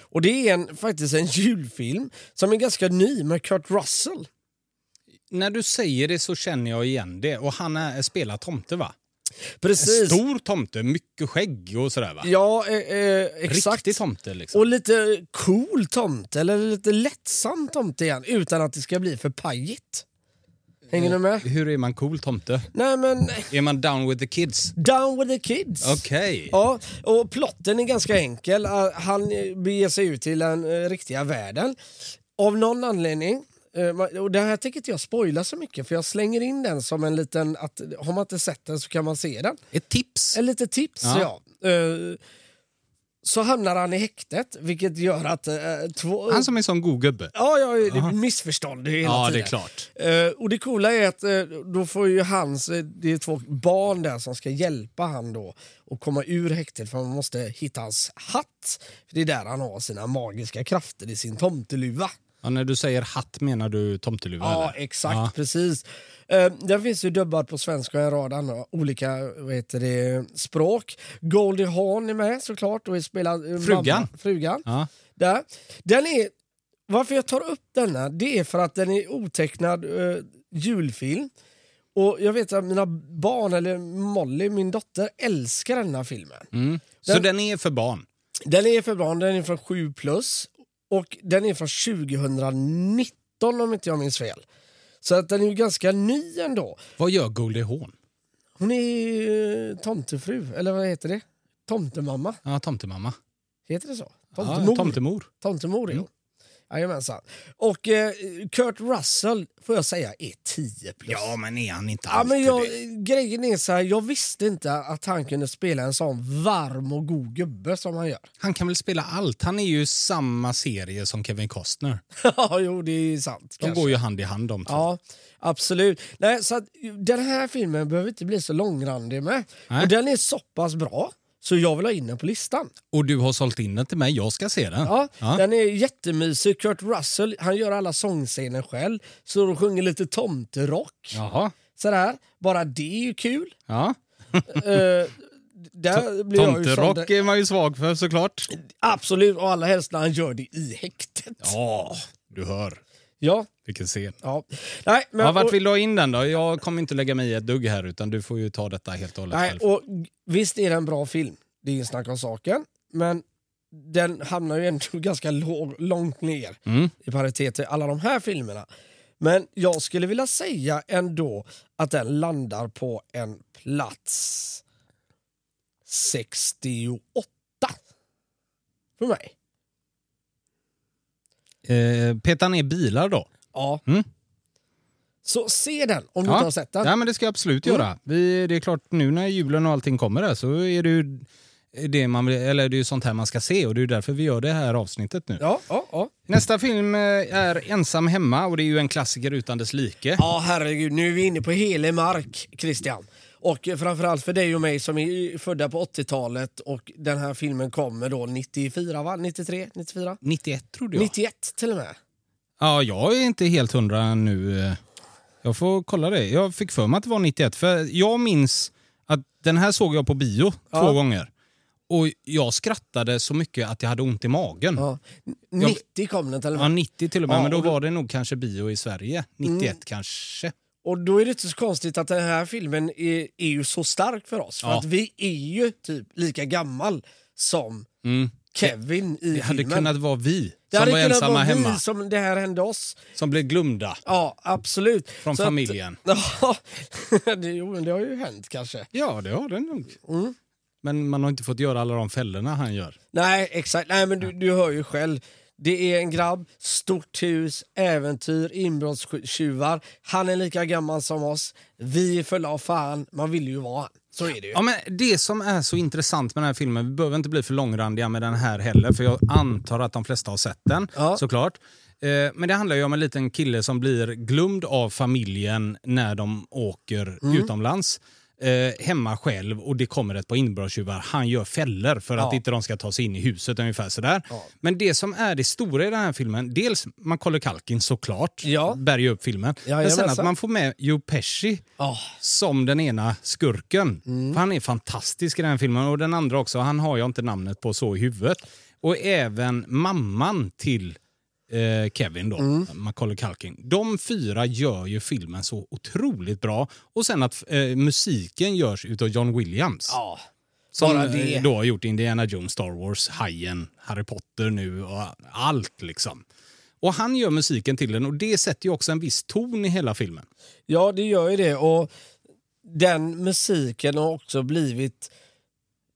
[SPEAKER 2] Och det är en, faktiskt en julfilm som är ganska ny med Kurt Russell.
[SPEAKER 1] när du säger det så känner jag igen det. Och han är, spelar tomte, va?
[SPEAKER 2] Precis.
[SPEAKER 1] Stor tomte, mycket skägg och sådär, va?
[SPEAKER 2] Ja, eh, eh, exakt.
[SPEAKER 1] Riktig tomte, liksom.
[SPEAKER 2] Och lite cool tomte, eller lite lättsam tomte igen, utan att det ska bli för pajigt. Hänger du med?
[SPEAKER 1] Hur är man cool tomte?
[SPEAKER 2] Nej men,
[SPEAKER 1] Är man down with the kids?
[SPEAKER 2] down with the kids!
[SPEAKER 1] Okej.
[SPEAKER 2] Ja, och plotten är ganska enkel. Eh, Han eh, beger sig ut till den eh, riktiga världen. Av någon anledning, eh, man- och det här tänker inte jag spoila så mycket för jag slänger in den som en liten, att har man inte sett den så kan man se den.
[SPEAKER 1] Ett tips.
[SPEAKER 2] Ett litet tips, ja.
[SPEAKER 1] Ja.
[SPEAKER 2] Eh, Så hamnar han i häktet, vilket gör att... eh, två,
[SPEAKER 1] Han som är sån god gubbe.
[SPEAKER 2] Ja, ja det är missförstånd hela
[SPEAKER 1] Ja, det
[SPEAKER 2] tiden.
[SPEAKER 1] är klart.
[SPEAKER 2] Eh, och det coola är att eh, då får ju hans, eh, det är två barn där som ska hjälpa han då att komma ur häktet för man måste hitta hans hatt. För det är där han har sina magiska krafter i sin tomteluva.
[SPEAKER 1] Ja, när du säger hatt menar du tomteluva?
[SPEAKER 2] Ja,
[SPEAKER 1] eller?
[SPEAKER 2] exakt,
[SPEAKER 1] Ja.
[SPEAKER 2] precis. Eh, den finns ju dubbad på svenska och en rad andra olika vad heter det, språk. Goldie Hawn är med såklart och spelar eh,
[SPEAKER 1] Frugan.
[SPEAKER 2] Mamma, frugan.
[SPEAKER 1] Ja.
[SPEAKER 2] Där. Den är, varför jag tar upp denna, det är för att den är otecknad eh, julfilm. Och jag vet att mina barn, eller Molly, min dotter, älskar denna filmen.
[SPEAKER 1] Mm. Så
[SPEAKER 2] Den-
[SPEAKER 1] den... är för barn?
[SPEAKER 2] Den är för barn, den är från 7 plus och den är från 2019 om inte jag minns fel. Så att den är ju ganska ny ändå.
[SPEAKER 1] Vad gör Goldie Hawn?
[SPEAKER 2] Hon är eh, tomtefru, eller vad heter det? Tomtemamma,
[SPEAKER 1] Ja, tomtemamma.
[SPEAKER 2] heter det så?
[SPEAKER 1] Ja,
[SPEAKER 2] Tomtemor.
[SPEAKER 1] tomtemor.
[SPEAKER 2] Tomtemor är hon.
[SPEAKER 1] Mm.
[SPEAKER 2] Jajamensan. Och eh, Kurt Russell får jag säga är 10 plus.
[SPEAKER 1] Ja, men är han inte
[SPEAKER 2] Ja,
[SPEAKER 1] alltid
[SPEAKER 2] men jag,
[SPEAKER 1] det?
[SPEAKER 2] grejen är så här, jag visste inte att han kunde spela en sån varm och god gubbe som han gör. [laughs]
[SPEAKER 1] Han kan väl spela allt? Han är ju samma serie som Kevin Costner.
[SPEAKER 2] Ja, jo det är sant.
[SPEAKER 1] De
[SPEAKER 2] kanske.
[SPEAKER 1] går ju hand i hand de två.
[SPEAKER 2] Ja, absolut. Nej, så att, den här filmen behöver inte bli så långrandig med.
[SPEAKER 1] Nej.
[SPEAKER 2] Och den är så pass bra så jag vill ha in den på listan.
[SPEAKER 1] Och du har sålt in den till mig, jag ska se den.
[SPEAKER 2] Ja,
[SPEAKER 1] Ja.
[SPEAKER 2] Den är jättemysig. Kurt Russell han gör alla sångscener själv. Så de sjunger lite tomterock.
[SPEAKER 1] Jaha.
[SPEAKER 2] Sådär. Bara det är ju kul.
[SPEAKER 1] Ja.
[SPEAKER 2] Eh, där blir jag ju sån
[SPEAKER 1] Tomterock
[SPEAKER 2] där.
[SPEAKER 1] är man ju svag för såklart.
[SPEAKER 2] Absolut, och allra helst när han gör det i häktet.
[SPEAKER 1] Ja, du hör.
[SPEAKER 2] Ja,
[SPEAKER 1] Vilken scen.
[SPEAKER 2] ja. Nej, men,
[SPEAKER 1] ja, vart
[SPEAKER 2] och,
[SPEAKER 1] vill du ha in den då? Jag kommer inte lägga mig i ett dugg här utan du får ju ta detta helt och hållet
[SPEAKER 2] nej,
[SPEAKER 1] själv.
[SPEAKER 2] och visst är det en bra film. Det är ingen snack om saken. Men den hamnar ju ändå [laughs] ganska låg, långt ner
[SPEAKER 1] Mm.
[SPEAKER 2] i paritet till alla de här filmerna. Men jag skulle vilja säga ändå att den landar på en plats 68. För mig.
[SPEAKER 1] Eh, peta ner bilar då.
[SPEAKER 2] Ja.
[SPEAKER 1] Mm.
[SPEAKER 2] Så se den om du
[SPEAKER 1] Ja.
[SPEAKER 2] inte har sett den.
[SPEAKER 1] Nej, men det ska jag absolut
[SPEAKER 2] Mm.
[SPEAKER 1] göra. Vi, det är klart, nu när julen och allting kommer där så är det ju det man, vill- eller det är ju sånt här man ska se och det är ju därför vi gör det här avsnittet nu.
[SPEAKER 2] Ja, ja, ja.
[SPEAKER 1] Nästa film eh, är Ensam hemma och det är ju en klassiker utan dess like.
[SPEAKER 2] Ja, herregud. Nu är vi inne på helig mark, Christian. Och eh, framförallt för dig och mig som är födda på 80-talet och den här filmen kommer då 94, va? 93? 94?
[SPEAKER 1] 91 trodde jag.
[SPEAKER 2] 91 till och med.
[SPEAKER 1] Ja, jag är inte helt hundra nu. eh. Jag får kolla det. Jag fick för mig att det var 91. För jag minns att den här såg jag på bio
[SPEAKER 2] Ja.
[SPEAKER 1] två gånger. Och jag skrattade så mycket att jag hade ont i magen. Ja,
[SPEAKER 2] Ja. 90 kom den till och med.
[SPEAKER 1] 90 till och med.
[SPEAKER 2] Ja,
[SPEAKER 1] men då,
[SPEAKER 2] och då- Mm.
[SPEAKER 1] var det nog kanske bio i Sverige. 91 kanske.
[SPEAKER 2] Och då är det inte så konstigt att den här filmen är, är ju så stark för oss. För
[SPEAKER 1] Ja.
[SPEAKER 2] att vi är ju typ lika gammal som
[SPEAKER 1] Mm.
[SPEAKER 2] Kevin i
[SPEAKER 1] Det hade
[SPEAKER 2] filmen.
[SPEAKER 1] kunnat vara vi
[SPEAKER 2] det
[SPEAKER 1] som
[SPEAKER 2] hade
[SPEAKER 1] var
[SPEAKER 2] kunnat
[SPEAKER 1] ensamma
[SPEAKER 2] vara
[SPEAKER 1] hemma.
[SPEAKER 2] vi som det här hände oss.
[SPEAKER 1] Som blev glömda
[SPEAKER 2] Ja, absolut.
[SPEAKER 1] från
[SPEAKER 2] Så att-
[SPEAKER 1] familjen.
[SPEAKER 2] [laughs] Ja, det, jo, men det har ju hänt kanske.
[SPEAKER 1] Ja, det har den nog.
[SPEAKER 2] Mm.
[SPEAKER 1] Men man har inte fått göra alla de fällorna han gör.
[SPEAKER 2] Nej, exakt. Nej, men du, du hör ju själv. Det är en grabb, stort hus, äventyr, inbrottstjuvar. Han är lika gammal som oss. Vi är fulla av fan. Man vill ju vara han. Så är det ju.
[SPEAKER 1] Ja, men det som är så intressant med den här filmen, vi behöver inte bli för långrandiga med den här heller, för jag antar att de flesta har sett den,
[SPEAKER 2] Ja.
[SPEAKER 1] såklart. Eh, Men det handlar ju om en liten kille som blir glömd av familjen när de åker
[SPEAKER 2] Mm.
[SPEAKER 1] utomlands. Eh, hemma själv och det kommer ett par inbrottstjuvar. Han gör fällor för att
[SPEAKER 2] Ja.
[SPEAKER 1] inte de ska ta sig in i huset ungefär sådär.
[SPEAKER 2] Ja.
[SPEAKER 1] Men det som är det stora i den här filmen, dels Macaulay Culkin såklart,
[SPEAKER 2] Ja.
[SPEAKER 1] bär ju upp filmen. men sen
[SPEAKER 2] Jajamensan.
[SPEAKER 1] att man får med Joe Pesci
[SPEAKER 2] Ja.
[SPEAKER 1] som den ena skurken.
[SPEAKER 2] Mm.
[SPEAKER 1] För han är fantastisk i den här filmen. Och den andra också, han har jag inte namnet på så i huvudet. Och även mamman till eh, Kevin då,
[SPEAKER 2] Mm.
[SPEAKER 1] Macaulay Culkin. De fyra gör ju filmen så otroligt bra. Och sen att eh, musiken görs utav John Williams.
[SPEAKER 2] ja.
[SPEAKER 1] som
[SPEAKER 2] bara det.
[SPEAKER 1] eh, då har gjort Indiana Jones, Star Wars, Hajen, Harry Potter nu och allt liksom. Och han gör musiken till den och det sätter ju också en viss ton i hela filmen.
[SPEAKER 2] Ja, det gör ju det. Och den musiken har också blivit...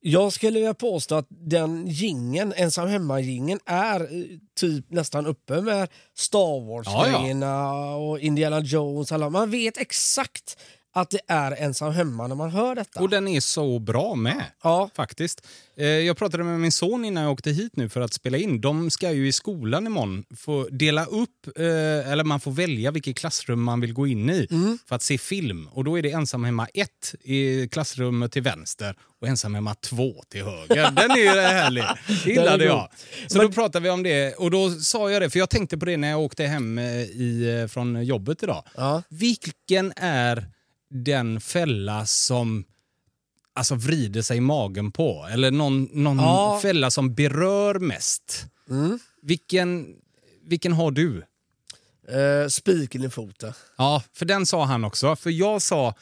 [SPEAKER 2] Jag skulle vilja påstå att den gingen, ensam hemma-gingen är eh, typ nästan uppe med Star Wars-grejerna och Indiana Jones. Alla. Man vet exakt att det är ensam hemma när man hör detta.
[SPEAKER 1] Och den är så bra med.
[SPEAKER 2] ja,
[SPEAKER 1] faktiskt. Eh, Jag pratade med min son innan jag åkte hit nu för att spela in. De ska ju i skolan imorgon få dela upp, eh, eller man får välja vilket klassrum man vill gå in i
[SPEAKER 2] Mm.
[SPEAKER 1] för att se film. Och då är det ensam hemma 1 i klassrummet till vänster och ensam hemma 2 till
[SPEAKER 2] [laughs]
[SPEAKER 1] höger. Den är ju härlig. Det
[SPEAKER 2] Den är
[SPEAKER 1] gillade
[SPEAKER 2] god.
[SPEAKER 1] jag. Så då pratade vi om det och då sa jag det, för jag tänkte på det när jag åkte hem eh, i, eh, från jobbet idag.
[SPEAKER 2] ja,
[SPEAKER 1] Vilken är den fälla som alltså, vrider sig i magen på? Eller någon, någon
[SPEAKER 2] Ja.
[SPEAKER 1] fälla som berör mest?
[SPEAKER 2] Mm.
[SPEAKER 1] Vilken, vilken har du?
[SPEAKER 2] eh, spiken i foten.
[SPEAKER 1] Ja, för den sa han också. För jag sa,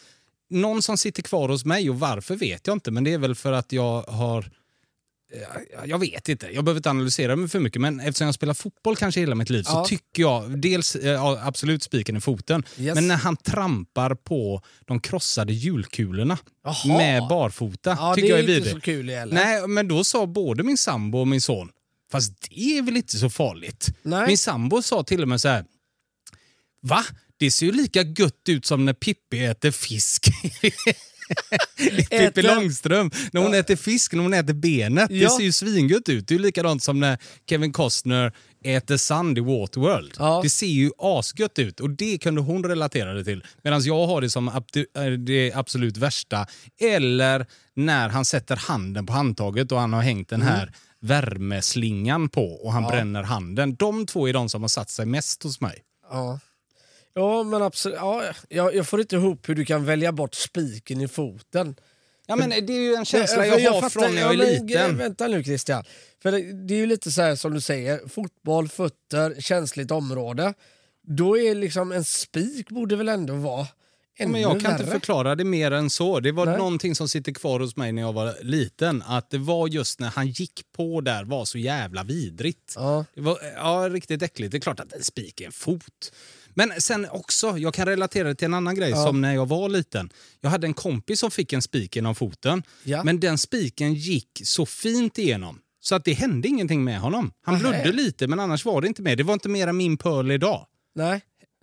[SPEAKER 1] någon som sitter kvar hos mig och varför vet jag inte, men det är väl för att jag har eh, jag vet inte, jag behöver inte analysera mig för mycket men eftersom jag spelar fotboll kanske hela mitt liv
[SPEAKER 2] Ja.
[SPEAKER 1] så tycker jag dels eh, ja, absolut spiken i foten
[SPEAKER 2] Yes.
[SPEAKER 1] men när han trampar på de krossade hjulkulorna
[SPEAKER 2] Jaha.
[SPEAKER 1] med barfota
[SPEAKER 2] Ja,
[SPEAKER 1] tycker jag
[SPEAKER 2] det är
[SPEAKER 1] är
[SPEAKER 2] inte så
[SPEAKER 1] vidrigt.
[SPEAKER 2] kul heller.
[SPEAKER 1] Nej, men då sa både min sambo och min son, fast det är väl inte så farligt.
[SPEAKER 2] Nej.
[SPEAKER 1] Min sambo sa till och med så här, va? Det ser ju lika gött ut som när Pippi äter fisk. [laughs] Pippi
[SPEAKER 2] Äter-
[SPEAKER 1] Långström, när hon äter fisk, när hon äter benet. Det
[SPEAKER 2] Ja.
[SPEAKER 1] ser ju svingött ut. Det är ju likadant som när Kevin Costner äter sand i Waterworld.
[SPEAKER 2] Ja.
[SPEAKER 1] Det ser ju asgött ut och det kunde hon relatera det till. Medan jag har det som abdu- eh, det absolut värsta. Eller när han sätter handen på handtaget och han har hängt den
[SPEAKER 2] Mm.
[SPEAKER 1] här värmeslingan på och han bränner handen. De två är de som har satt sig mest hos mig.
[SPEAKER 2] Ja. Ja, men absolut. Ja, jag, jag får inte ihop hur du kan välja bort spiken i foten.
[SPEAKER 1] Ja, men det är ju en
[SPEAKER 2] Ja,
[SPEAKER 1] känsla
[SPEAKER 2] för
[SPEAKER 1] jag, har
[SPEAKER 2] fattar-
[SPEAKER 1] från när jag är
[SPEAKER 2] ja, men gre-
[SPEAKER 1] liten.
[SPEAKER 2] Vänta nu Christian. För det, det är ju lite så här som du säger, fotboll, fötter, känsligt område. Då är liksom en spik borde väl ändå vara ännu
[SPEAKER 1] Men jag kan
[SPEAKER 2] värre.
[SPEAKER 1] inte förklara det mer än så. Det var
[SPEAKER 2] Nej.
[SPEAKER 1] någonting som sitter kvar hos mig när jag var liten. Att det var just när han gick på där var så jävla vidrigt.
[SPEAKER 2] Ja.
[SPEAKER 1] Det var ja, riktigt äckligt. Det är klart att en spik är en fot. Men sen också, jag kan relatera det till en annan grej
[SPEAKER 2] Ja.
[SPEAKER 1] som när jag var liten. Jag hade en kompis som fick en spik genom foten.
[SPEAKER 2] Ja.
[SPEAKER 1] Men den spiken gick så fint igenom. Så att det hände ingenting med honom. Han
[SPEAKER 2] Nej.
[SPEAKER 1] blödde lite men annars var det inte mer. Det var inte mer än min pöl idag.
[SPEAKER 2] Nej.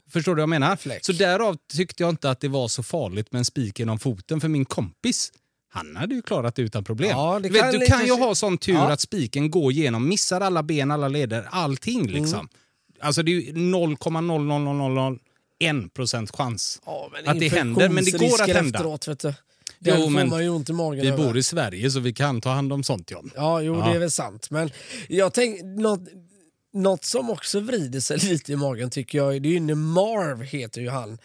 [SPEAKER 1] Förstår du vad jag menar?
[SPEAKER 2] Flex.
[SPEAKER 1] Så därav tyckte jag inte att det var så farligt med en spik genom foten för min kompis. Han hade ju klarat det utan problem.
[SPEAKER 2] Ja, det
[SPEAKER 1] du vet,
[SPEAKER 2] kan
[SPEAKER 1] du
[SPEAKER 2] lite
[SPEAKER 1] kan ju
[SPEAKER 2] se-
[SPEAKER 1] ha sån tur
[SPEAKER 2] Ja.
[SPEAKER 1] att spiken går igenom, missar alla ben, alla leder, allting
[SPEAKER 2] Mm.
[SPEAKER 1] liksom. Alltså det är ju 0,00001 procents chans.
[SPEAKER 2] Ja, men
[SPEAKER 1] Att det händer, men det går att
[SPEAKER 2] infektionsrisker
[SPEAKER 1] hända.
[SPEAKER 2] Efteråt, vet du. Den
[SPEAKER 1] Jo,
[SPEAKER 2] får
[SPEAKER 1] men
[SPEAKER 2] man ju ont i magen
[SPEAKER 1] Vi
[SPEAKER 2] över.
[SPEAKER 1] bor i Sverige så vi kan ta hand om sånt John.
[SPEAKER 2] Ja, jo,
[SPEAKER 1] Ja.
[SPEAKER 2] det är väl sant. Men jag tänk, något, något som också vrider sig [laughs] lite i magen tycker jag, det är ju när Marv heter ju han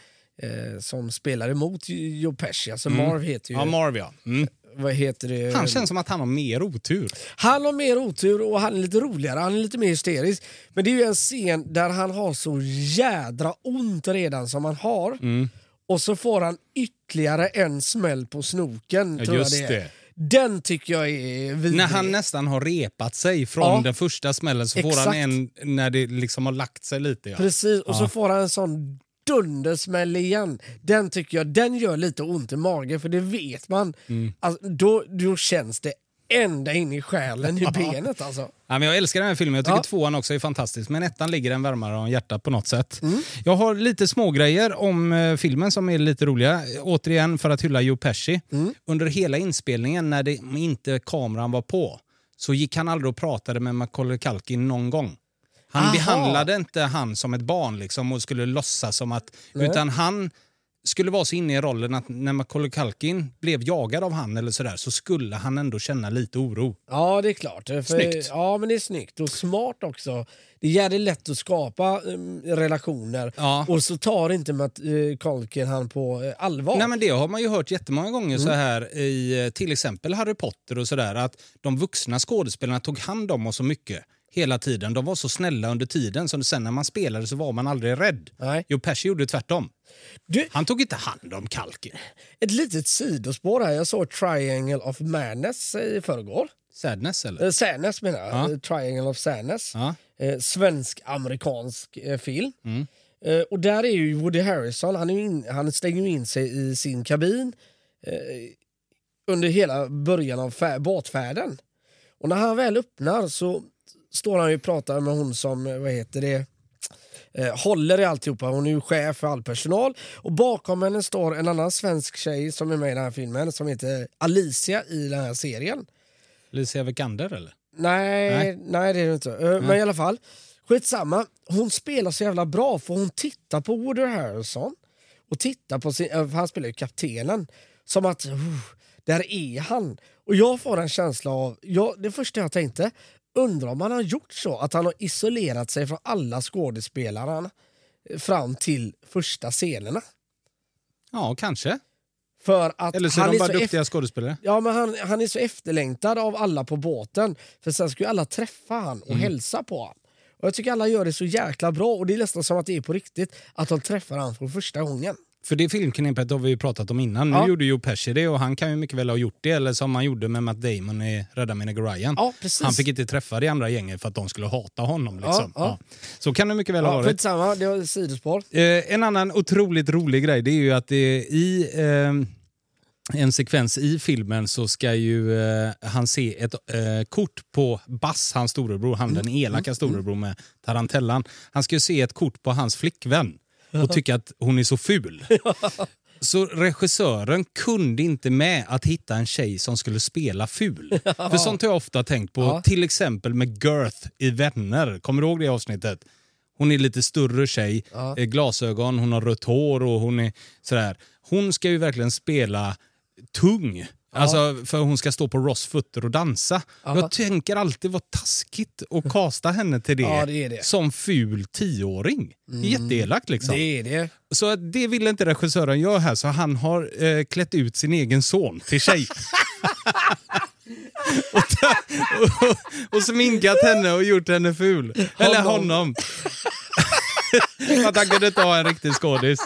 [SPEAKER 2] eh, som spelar emot Joe Pesci. Alltså Marv heter ju...
[SPEAKER 1] Mm. Ja, Marv ja. Mm.
[SPEAKER 2] vad heter det?
[SPEAKER 1] Han känns som att han har mer otur.
[SPEAKER 2] Han har mer otur och han är lite roligare, han är lite mer hysterisk. Men det är ju en scen där han har så jädra ont redan som han har.
[SPEAKER 1] Mm.
[SPEAKER 2] Och så får han ytterligare en smäll på snoken.
[SPEAKER 1] Ja,
[SPEAKER 2] tror
[SPEAKER 1] just
[SPEAKER 2] jag det. är.
[SPEAKER 1] det.
[SPEAKER 2] Den tycker jag är vidrig.
[SPEAKER 1] När han nästan har repat sig från
[SPEAKER 2] Ja.
[SPEAKER 1] den första smällen så får han
[SPEAKER 2] Exakt.
[SPEAKER 1] en när det liksom har lagt sig lite. Ja.
[SPEAKER 2] Precis, och
[SPEAKER 1] Ja.
[SPEAKER 2] så får han en sån dundersmäll igen. Den tycker jag, den gör lite ont i magen för det vet man.
[SPEAKER 1] Mm.
[SPEAKER 2] Alltså, då, då känns det ända in i själen i benet alltså.
[SPEAKER 1] Ja, men jag älskar den här filmen. Jag tycker
[SPEAKER 2] Ja.
[SPEAKER 1] tvåan också är fantastisk. Men ettan ligger den varmare om hjärtat på något sätt.
[SPEAKER 2] Mm.
[SPEAKER 1] Jag har lite smågrejer om eh, filmen som är lite roliga. Eh, Återigen för att hylla Joe Pesci.
[SPEAKER 2] Mm.
[SPEAKER 1] Under hela inspelningen när det inte kameran var på så gick han aldrig och pratade med Macaulay Culkin någon gång. Han
[SPEAKER 2] Aha.
[SPEAKER 1] behandlade inte han som ett barn liksom och skulle låtsas som att... Utan han skulle vara så inne i rollen att när Macaulay Culkin blev jagad av han eller sådär så skulle han ändå känna lite oro.
[SPEAKER 2] Ja, det är klart. För,
[SPEAKER 1] Snyggt.
[SPEAKER 2] Ja, men det är snyggt och smart också. Det är jävligt lätt att skapa em, relationer
[SPEAKER 1] Ja.
[SPEAKER 2] och så tar inte Matt eh, Kalken han på eh, allvar.
[SPEAKER 1] Nej, men det har man ju hört jättemånga gånger så
[SPEAKER 2] Mm.
[SPEAKER 1] här i eh, till exempel Harry Potter och sådär att de vuxna skådespelarna tog hand om oss så mycket hela tiden. De var så snälla under tiden så sen när man spelade så var man aldrig rädd.
[SPEAKER 2] Nej.
[SPEAKER 1] Jo, Pesci gjorde tvärtom.
[SPEAKER 2] Du,
[SPEAKER 1] Han tog inte hand om kalken.
[SPEAKER 2] ett litet sidospår här. Jag såg Triangle of Madness i förrgår.
[SPEAKER 1] Sadness eller?
[SPEAKER 2] Eh, Sadness menar jag.
[SPEAKER 1] Ja.
[SPEAKER 2] Eh, Triangle of Sadness.
[SPEAKER 1] Ja.
[SPEAKER 2] Eh, Svensk-amerikansk eh, film. Eh, och där är ju Woody Harrison, han, är ju in, han stänger ju in sig i sin kabin eh, under hela början av fär- båtfärden. Och när han väl öppnar så står han ju och pratar med hon som, eh, vad heter det, eh, håller i alltihopa. Hon är ju chef för all personal. Och bakom henne står en annan svensk tjej som är med i den här filmen som heter Alicia i den här serien.
[SPEAKER 1] Alicia Vikander eller?
[SPEAKER 2] Nej,
[SPEAKER 1] Nej.
[SPEAKER 2] nej. det är det inte. Eh, Men i alla fall, skitsamma. Hon spelar så jävla bra för hon tittar på Woody Harrelson och tittar på sin, eh, för han spelar ju kaptenen. Som att, "Oh, där är han. Och jag får en känsla av, jag, det första jag tänkte, undrar om han har gjort så att han har isolerat sig från alla skådespelarna eh, fram till första scenerna.
[SPEAKER 1] Ja, kanske.
[SPEAKER 2] För att
[SPEAKER 1] Eller så är
[SPEAKER 2] han
[SPEAKER 1] de
[SPEAKER 2] är
[SPEAKER 1] bara
[SPEAKER 2] så
[SPEAKER 1] duktiga skådespelare.
[SPEAKER 2] Ja, men han, han är så efterlängtad av alla på båten. För sen ska ju alla träffa han och hälsa på han. Och jag tycker alla gör det så jäkla bra och det är nästan som att det är på riktigt att de träffar han för första gången.
[SPEAKER 1] För det filmknepet har vi ju pratat om innan. Nu
[SPEAKER 2] Ja.
[SPEAKER 1] gjorde ju Pesci det och han kan ju mycket väl ha gjort det. Eller som han gjorde med Matt Damon i Rädda Mina Ryan.
[SPEAKER 2] Ja, precis.
[SPEAKER 1] Han fick inte träffa det andra gänget för att de skulle hata honom. Liksom.
[SPEAKER 2] Ja, ja.
[SPEAKER 1] Ja. Så kan det mycket väl ha
[SPEAKER 2] ja,
[SPEAKER 1] varit.
[SPEAKER 2] skitsamma, det var sidospår.
[SPEAKER 1] Eh, en annan otroligt rolig grej det är ju att det i eh, en sekvens i filmen så ska ju eh, han se ett eh, kort på Bass, hans storebror, han
[SPEAKER 2] Mm,
[SPEAKER 1] den elaka storebror med tarantellan. Han ska ju se ett kort på hans flickvän och tycka att hon är så ful. Så regissören kunde inte med att hitta en tjej som skulle spela
[SPEAKER 2] [laughs]
[SPEAKER 1] ful. För sånt har jag ofta tänkt på,
[SPEAKER 2] Ja.
[SPEAKER 1] till exempel med Girth i Vänner. Kommer du ihåg det avsnittet? Hon är lite större tjej,
[SPEAKER 2] Ja.
[SPEAKER 1] eh, glasögon, hon har rött hår och hon är sådär. Hon ska ju verkligen spela tung. Alltså för hon ska stå på Ross fötter och dansa.
[SPEAKER 2] Ja.
[SPEAKER 1] Jag tänker alltid vad taskigt att kasta henne till det,
[SPEAKER 2] [laughs] Ja, det är det.
[SPEAKER 1] som ful tioåring. Mm. Jätteelakt liksom.
[SPEAKER 2] Det är det.
[SPEAKER 1] Så att det ville inte regissören göra här, så han har eh, klätt ut sin egen son till tjej. och, ta- [laughs] och, och sminkat henne och gjort henne ful. Eller
[SPEAKER 2] Honom.
[SPEAKER 1] honom. Att han kunde inte ha en riktig skådis.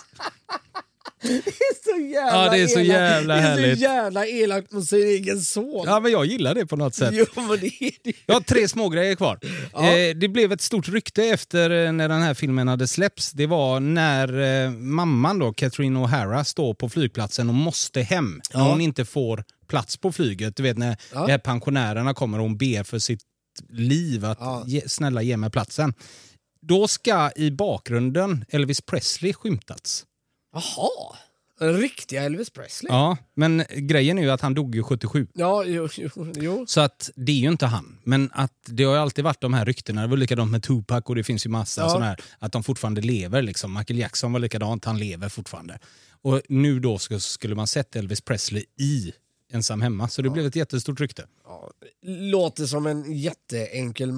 [SPEAKER 2] [laughs] Det är så jävla
[SPEAKER 1] Ja, det är så
[SPEAKER 2] elakt.
[SPEAKER 1] jävla
[SPEAKER 2] Det är
[SPEAKER 1] härligt.
[SPEAKER 2] så jävla elakt mot sin egen son.
[SPEAKER 1] Ja, men jag gillar det på något sätt.
[SPEAKER 2] Jo, men det är det.
[SPEAKER 1] Jag har tre små grejer kvar. Eh, det blev ett stort rykte efter eh, när den här filmen hade släppts. Det var när eh, mamman, då, Catherine O'Hara, står på flygplatsen och måste hem. När hon inte får plats på flyget. Du vet när de här pensionärerna kommer och hon ber för sitt liv att
[SPEAKER 2] Ja.
[SPEAKER 1] ge, snälla ge mig platsen. Då ska i bakgrunden Elvis Presley skymtats.
[SPEAKER 2] Jaha. Den Riktiga Elvis Presley? Ja,
[SPEAKER 1] Ja, men grejen är ju att han dog ju 77.
[SPEAKER 2] jo, jo, jo.
[SPEAKER 1] Så att det är ju inte han. Men att det har ju alltid varit de här ryktena. Det var likadant med Tupac och det finns ju massa
[SPEAKER 2] Ja.
[SPEAKER 1] sådana här. Att de fortfarande lever liksom. Michael Jackson var likadant, han lever fortfarande. Och nu då ska- skulle man sett Elvis Presley i Ensam Hemma. Så det blev ett jättestort rykte.
[SPEAKER 2] Ja, låter som en jätteenkel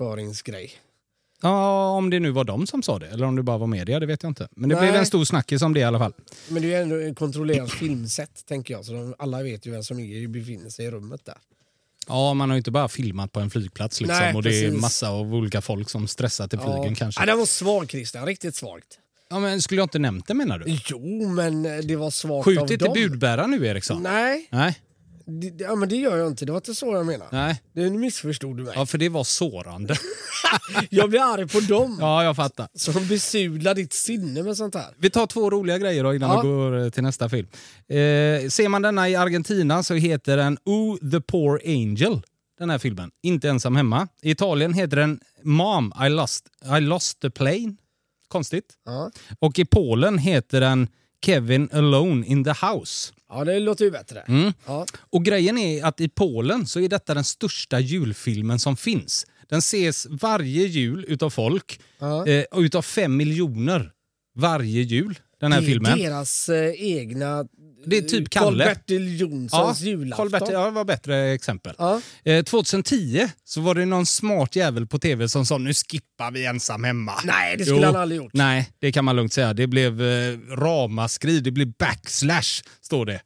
[SPEAKER 2] marknadsföringsgrej.
[SPEAKER 1] Ja, om det nu var de som sa det eller om det bara var media, det vet jag inte. Men det
[SPEAKER 2] Nej.
[SPEAKER 1] blev en stor snackis om det i alla fall.
[SPEAKER 2] Men det är ju ändå ett kontrollerat filmsätt, tänker jag. Så de, alla vet ju vem som är, befinner sig i rummet där.
[SPEAKER 1] Ja, man har ju inte bara filmat på en flygplats liksom.
[SPEAKER 2] Nej,
[SPEAKER 1] och det är
[SPEAKER 2] precis.
[SPEAKER 1] massa av olika folk som stressar till flygen
[SPEAKER 2] ja.
[SPEAKER 1] kanske.
[SPEAKER 2] Ja, det var svagt, Christian. Riktigt svagt.
[SPEAKER 1] Ja, men skulle jag inte nämnt det menar du?
[SPEAKER 2] Jo, men det var svagt
[SPEAKER 1] Skjut
[SPEAKER 2] av
[SPEAKER 1] inte
[SPEAKER 2] dem.
[SPEAKER 1] budbäraren nu Eriksson.
[SPEAKER 2] Nej,
[SPEAKER 1] Nej.
[SPEAKER 2] det, det- ja, men det gör jag inte. Det var inte så jag menade.
[SPEAKER 1] Nej.
[SPEAKER 2] Nu missförstod du mig.
[SPEAKER 1] Ja, för det var sårande.
[SPEAKER 2] Jag blir arg på dem
[SPEAKER 1] [laughs] Ja, jag fattar.
[SPEAKER 2] som besudlar ditt sinne med sånt här.
[SPEAKER 1] Vi tar två roliga grejer då innan
[SPEAKER 2] Ja.
[SPEAKER 1] vi går eh, till nästa film. Eh, ser man denna i Argentina så heter den O the Poor Angel, den här filmen. Inte ensam hemma. I Italien heter den Mom, I lost, I lost the plane. Konstigt.
[SPEAKER 2] Ja,
[SPEAKER 1] Och i Polen heter den Kevin Alone in the House.
[SPEAKER 2] ja det låter ju bättre.
[SPEAKER 1] Mm.
[SPEAKER 2] Ja.
[SPEAKER 1] Och grejen är att i Polen så är detta den största julfilmen som finns. Den ses varje jul utav folk,
[SPEAKER 2] Ja.
[SPEAKER 1] eh, och utav fem miljoner varje jul, den här
[SPEAKER 2] det är
[SPEAKER 1] filmen.
[SPEAKER 2] deras eh, egna... eh,
[SPEAKER 1] Det är typ Kalle.
[SPEAKER 2] Karl-Bertil Jonssons julafton.
[SPEAKER 1] Karl-Bertil, ja, det var bättre exempel.
[SPEAKER 2] Ja.
[SPEAKER 1] Eh, 2010 så var det någon smart jävel på tv som sa nu skippar vi ensam hemma.
[SPEAKER 2] Nej, det skulle han aldrig gjort.
[SPEAKER 1] Nej, det kan man lugnt säga. Det blev eh, ramaskri, det blev backslash, står det,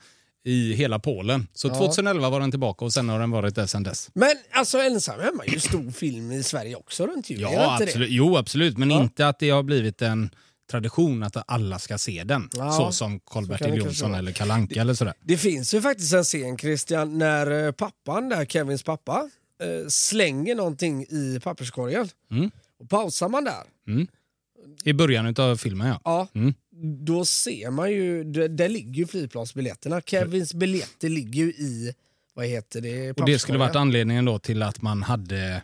[SPEAKER 1] i hela Polen. Så 2011 var den tillbaka och sen har den varit där sen dess.
[SPEAKER 2] Men alltså Ensam hemma är ju en stor film i Sverige också runt jul. är det
[SPEAKER 1] Ja,
[SPEAKER 2] inte
[SPEAKER 1] absolut. Jo, absolut. Men inte att det har blivit en tradition att alla ska se den.
[SPEAKER 2] Ja,
[SPEAKER 1] så som
[SPEAKER 2] kan
[SPEAKER 1] Karl-Bertil
[SPEAKER 2] det kanske
[SPEAKER 1] Jonsson
[SPEAKER 2] vara.
[SPEAKER 1] eller Kalle Anka eller sådär.
[SPEAKER 2] Det? det finns ju faktiskt en scen Christian när eh, pappan, där Kevins pappa, eh, slänger någonting i papperskorgen.
[SPEAKER 1] Mm.
[SPEAKER 2] Och pausar man där,
[SPEAKER 1] I början av filmen, ja.
[SPEAKER 2] ja,
[SPEAKER 1] Mm.
[SPEAKER 2] då ser man ju, där, där ligger ju flygplansbiljetterna. Kevins biljetter ligger ju i, vad heter det,
[SPEAKER 1] Och det skulle
[SPEAKER 2] papperskorgen.
[SPEAKER 1] varit anledningen då till att man hade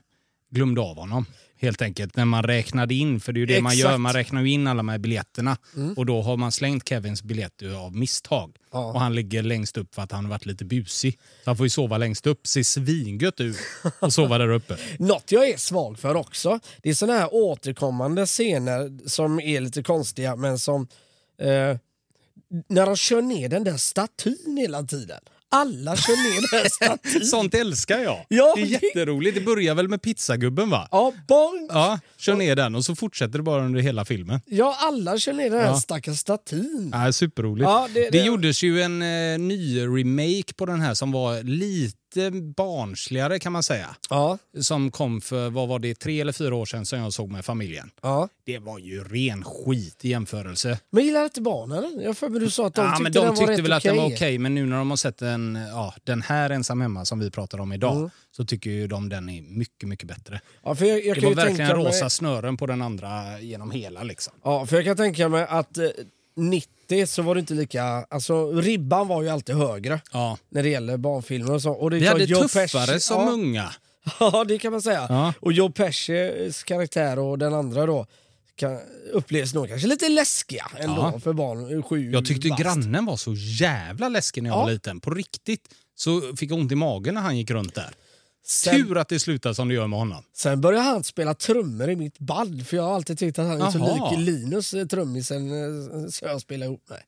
[SPEAKER 1] glömde av honom. Helt enkelt, när man räknade in, för det är ju det man
[SPEAKER 2] Exakt. Mm.
[SPEAKER 1] gör, man räknar ju in alla de här biljetterna. Och då har man slängt Kevins biljett av misstag.
[SPEAKER 2] Ja.
[SPEAKER 1] Och han ligger längst upp för att han har varit lite busig. Så han får ju sova längst upp, ser svingött ut och sova där uppe.
[SPEAKER 2] Något jag är svag för också, det är såna här återkommande scener som är lite konstiga men som... Eh, när de kör ner den där statyn hela tiden. Alla kör ner
[SPEAKER 1] [laughs]
[SPEAKER 2] den där statyn.
[SPEAKER 1] Sånt älskar jag!
[SPEAKER 2] Ja,
[SPEAKER 1] det är
[SPEAKER 2] det-
[SPEAKER 1] jätteroligt. Det börjar väl med pizzagubben va?
[SPEAKER 2] Ja, bonk!
[SPEAKER 1] Ja, kör ner den och så fortsätter det bara under hela filmen.
[SPEAKER 2] Ja, alla kör ner den här
[SPEAKER 1] Ja.
[SPEAKER 2] stackars statyn.
[SPEAKER 1] Ja, superroligt.
[SPEAKER 2] Ja, det-
[SPEAKER 1] det,
[SPEAKER 2] det-
[SPEAKER 1] gjordes ju en eh, ny remake på den här som var lite barnsligare kan man säga.
[SPEAKER 2] Ja,
[SPEAKER 1] Som kom för, vad var det, tre eller fyra år sedan som jag såg med familjen.
[SPEAKER 2] ja.
[SPEAKER 1] Det var ju ren skit i jämförelse.
[SPEAKER 2] Men gillar inte barnen Jag för mig du sa att de
[SPEAKER 1] ja,
[SPEAKER 2] tyckte
[SPEAKER 1] men de
[SPEAKER 2] den
[SPEAKER 1] tyckte
[SPEAKER 2] var rätt
[SPEAKER 1] väl att den var okej,
[SPEAKER 2] okej.
[SPEAKER 1] men nu när de har sett den, ja, den här ensam hemma som vi pratar om idag
[SPEAKER 2] Mm.
[SPEAKER 1] så tycker ju de den är mycket, mycket bättre.
[SPEAKER 2] Ja, för jag, jag
[SPEAKER 1] Det
[SPEAKER 2] kan
[SPEAKER 1] var
[SPEAKER 2] ju tänka
[SPEAKER 1] verkligen
[SPEAKER 2] mig-
[SPEAKER 1] rosa snören på den andra genom hela liksom.
[SPEAKER 2] Ja, för jag kan tänka mig att eh, 90 så var det inte lika... Alltså, ribban var ju alltid högre.
[SPEAKER 1] Ja.
[SPEAKER 2] när det gäller barnfilmer och så. Och det är
[SPEAKER 1] Vi
[SPEAKER 2] klart,
[SPEAKER 1] hade
[SPEAKER 2] Joe
[SPEAKER 1] tuffare
[SPEAKER 2] Pesci-
[SPEAKER 1] som
[SPEAKER 2] ja,
[SPEAKER 1] unga.
[SPEAKER 2] [laughs] ja, det kan man säga.
[SPEAKER 1] Ja.
[SPEAKER 2] Och Joe Pescis karaktär och den andra då kan, upplevs nog kanske lite läskiga ändå
[SPEAKER 1] Ja.
[SPEAKER 2] för barn. Sju
[SPEAKER 1] Jag tyckte
[SPEAKER 2] bast.
[SPEAKER 1] grannen var så jävla läskig när jag
[SPEAKER 2] Ja.
[SPEAKER 1] var liten. På riktigt. Så fick jag ont i magen när han gick runt där.
[SPEAKER 2] Sen,
[SPEAKER 1] Tur att det slutade som det gör med honom.
[SPEAKER 2] sen började han spela trummor i mitt band för jag har alltid tyckt att han är så
[SPEAKER 1] Jaha.
[SPEAKER 2] lik Linus, eh, trummisen eh, som jag spelar ihop med.